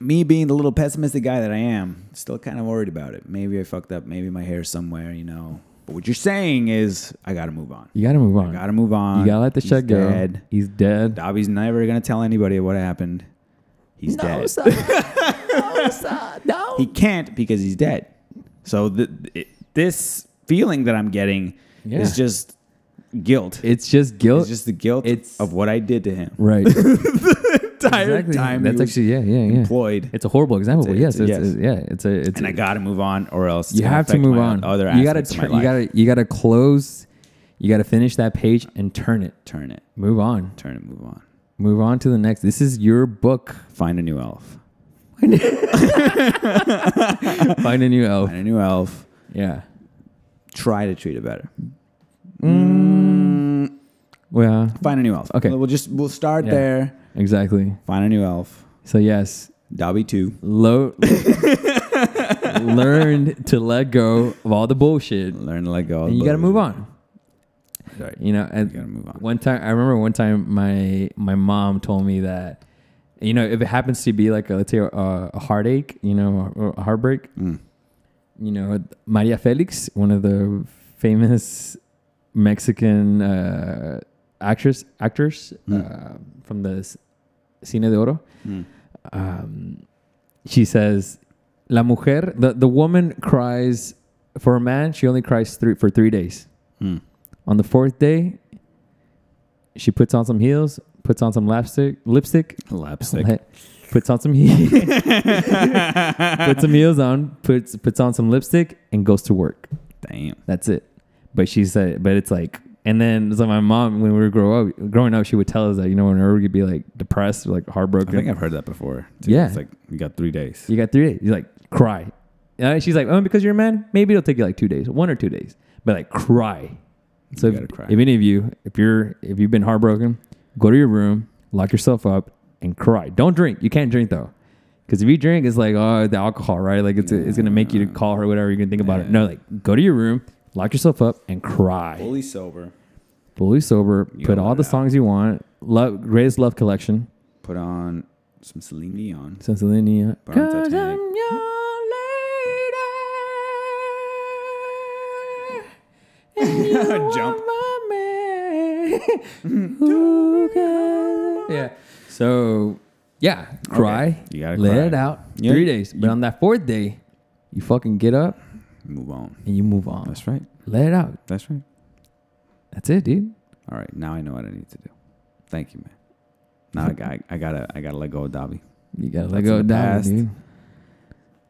Me being the little pessimistic guy that I am, still kind of worried about it. Maybe I fucked up. Maybe my hair's somewhere, you know. But what you're saying is, I gotta move on.
You gotta move on.
I gotta move on.
you gotta let the
He's
shit go.
Dead.
He's dead.
Dobby's never gonna tell anybody what happened. He's dead.
<laughs>
He can't because he's dead. So th- it, this feeling that I'm getting
Yeah.
is just guilt.
It's just guilt.
It's just the guilt
It's-
of what I did to him.
<laughs> right.
Entire
Exactly.
time
That's
he was
actually yeah yeah yeah.
employed.
It's a horrible example.
It's a-
but yes. It's,
it's a-
it's- yeah. It's a. It's
and
a,
I gotta move on, or else it's
you
gonna
have to
affect
move
my
on.
Other
you gotta.
aspects of my
turn- you
life.
gotta. You gotta close. You gotta finish that page and turn it.
turn it,
Move on.
turn it, move on.
Move on to the next. This is your
<laughs>
book.
Find a new elf.
Find a new elf.
Find a new elf.
Yeah.
Try to treat it better.
Well.
Find a new elf.
Mm. Okay.
we'll just we'll start
Yeah.
there.
Exactly.
Find a new elf.
So yes,
Dobby two.
low learned to let go of all the bullshit
Learn to let go.
and you got to move on
Right.
you know and
You gotta move on.
one time i remember one time my my mom told me that you know if it happens to be like a, let's say a, a heartache you know or a heartbreak
Mm.
you know maria felix one of the famous mexican uh, actress actors uh, from the s- cine de oro
Mm.
um, she says, "La mujer, the, the woman cries for a man. She only cries three for three days.
Mm.
On the fourth day, she puts on some heels, puts on some lipstick, lipstick,
Lapstick. <laughs>
<laughs> puts on some heels, puts some heels on, puts puts on some lipstick, and goes to work.
Damn.
That's it. But she said, but it's like And then so my mom, when we were grow up, growing up, she would tell us that you know whenever we'd be like depressed, or, like
I
heartbroken,
think I've heard that before. too.
Yeah.
It's like you got three days.
you got three days. You like cry. And she's like, oh, because you're a man, maybe it'll take you like two days, one or two days, but like cry. So
You
if,
gotta cry.
if any of you, if you're if you've been heartbroken, go to your room, lock yourself up, and cry. Don't drink. You can't drink though, because if you drink, it's like oh the alcohol, right? Like it's it's gonna make you to call her, whatever. You're gonna think about it.
Yeah.
No, like go to your room, lock yourself up, and cry
Fully sober.
fully sober,
You
put
don't
all
let
the
it out.
songs you want. Love, greatest love collection.
Put on some Celine Dion.
Sensolini.
Put on Titanic. <laughs> Jump. <laughs>
yeah. So, yeah, cry.
You gotta
let
cry.
it out.
Yeah.
Three days. But on that fourth day, you fucking get up
Move on.
and you move on.
That's right.
Let it out.
That's right.
That's it, dude.
All right. Now I know what I need to do. Thank you, man. Now I got I gotta I gotta let go of Dobby.
You gotta let
That's
go
in
of
the
that,
past.
dude.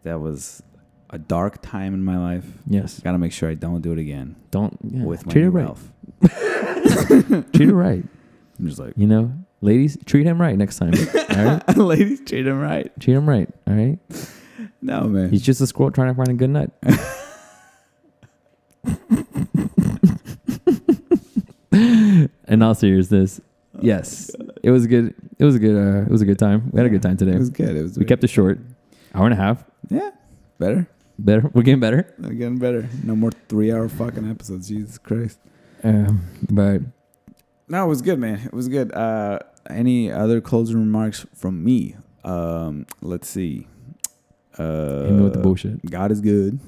That was a dark time in my life.
Yes.
Gotta make sure I don't do it again
Don't yeah.
with my
treat
new
it right.
Ralph.
Treat it right.
I'm just like
You know, ladies, treat him right next time. all right?
<laughs> ladies treat him right.
Treat him right. All right.
No man.
He's just a squirrel trying to find a good nut. In all seriousness, yes, it was good. It was a good. Uh, it was a good time. We had a good time today.
It was good. It was
we kept it short, hour and a half.
Yeah. Better.
Better. <laughs> We're getting better.
They're getting better. No more three hour fucking episodes. Jesus Christ.
Um, but
No, it was good, man. It was good. Uh, any other closing remarks from me? Um, let's see. Uh,
hit me with the bullshit.
God is good.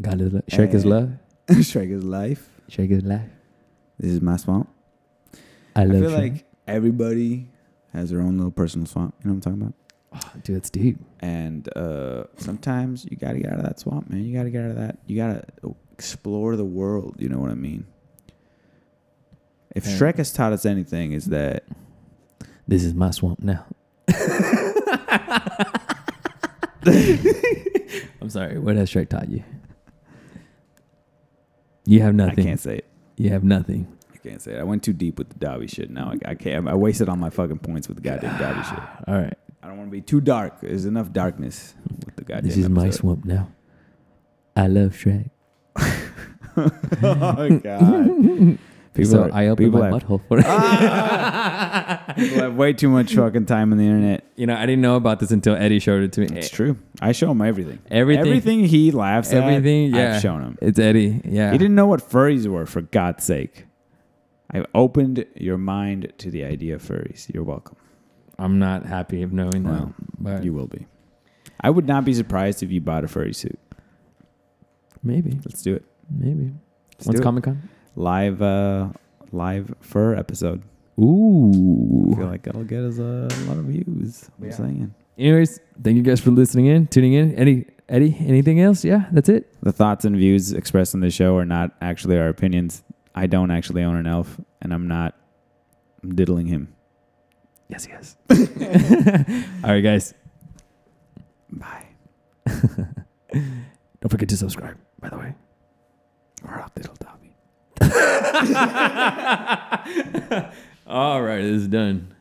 God is love. Shake his
eh.
love.
<laughs> Shrek is life.
Shake his life.
This is my swamp.
I
I
love
feel
you.
like everybody has their own little personal swamp. You know what I'm talking about?
Oh, dude, it's deep.
And uh, sometimes you gotta get out of that swamp, man. You gotta get out of that. You gotta explore the world. You know what I mean? If
Yeah.
Shrek has taught us anything, is that
This is my swamp
<laughs>
now. I'm sorry. What has Shrek taught you? You have
I
nothing.
can't say it.
You have nothing.
I can't say it. I went too deep with the Dobby shit. Now I, I can't. I wasted all my fucking points with the goddamn Dobby shit.
<sighs> All right.
I don't want to be too dark. There's enough darkness with the goddamn.
this is my
episode.
swamp now. I love Shrek.
<laughs> oh god.
<laughs>
People
so
are- Ah!
I opened
people
my
have,
butthole for it.
people have way too much fucking time on the internet.
<laughs>
Eh.
you know, I didn't know about this until Eddie showed it to me.
It's true. I show him everything.
Everything.
Everything he laughs at.
Everything, yeah.
I've shown him.
It's Eddie. Yeah.
He didn't know what furries were. For God's sake. I've opened your mind to the idea of furries. You're welcome.
I'm not happy of knowing
Well,
that. But
You will be. I would not be surprised if you bought a furry suit.
maybe.
Let's do it.
Maybe.
Let's
When's
do it.
Comic Con?
live uh live fur episode.
Ooh.
I feel like that'll get us a lot of views. I'm
Yeah.
saying.
Anyways, thank you guys for listening in, tuning in. Eddie, Eddie, anything else? Yeah, that's it.
The thoughts and views expressed in the show are not actually our opinions. I don't actually own an elf and I'm not diddling him.
Yes, yes. <laughs> All right, guys.
Bye.
Don't forget to subscribe, by the way.
Or I'll diddle Dobby.
<laughs> All right, this is done.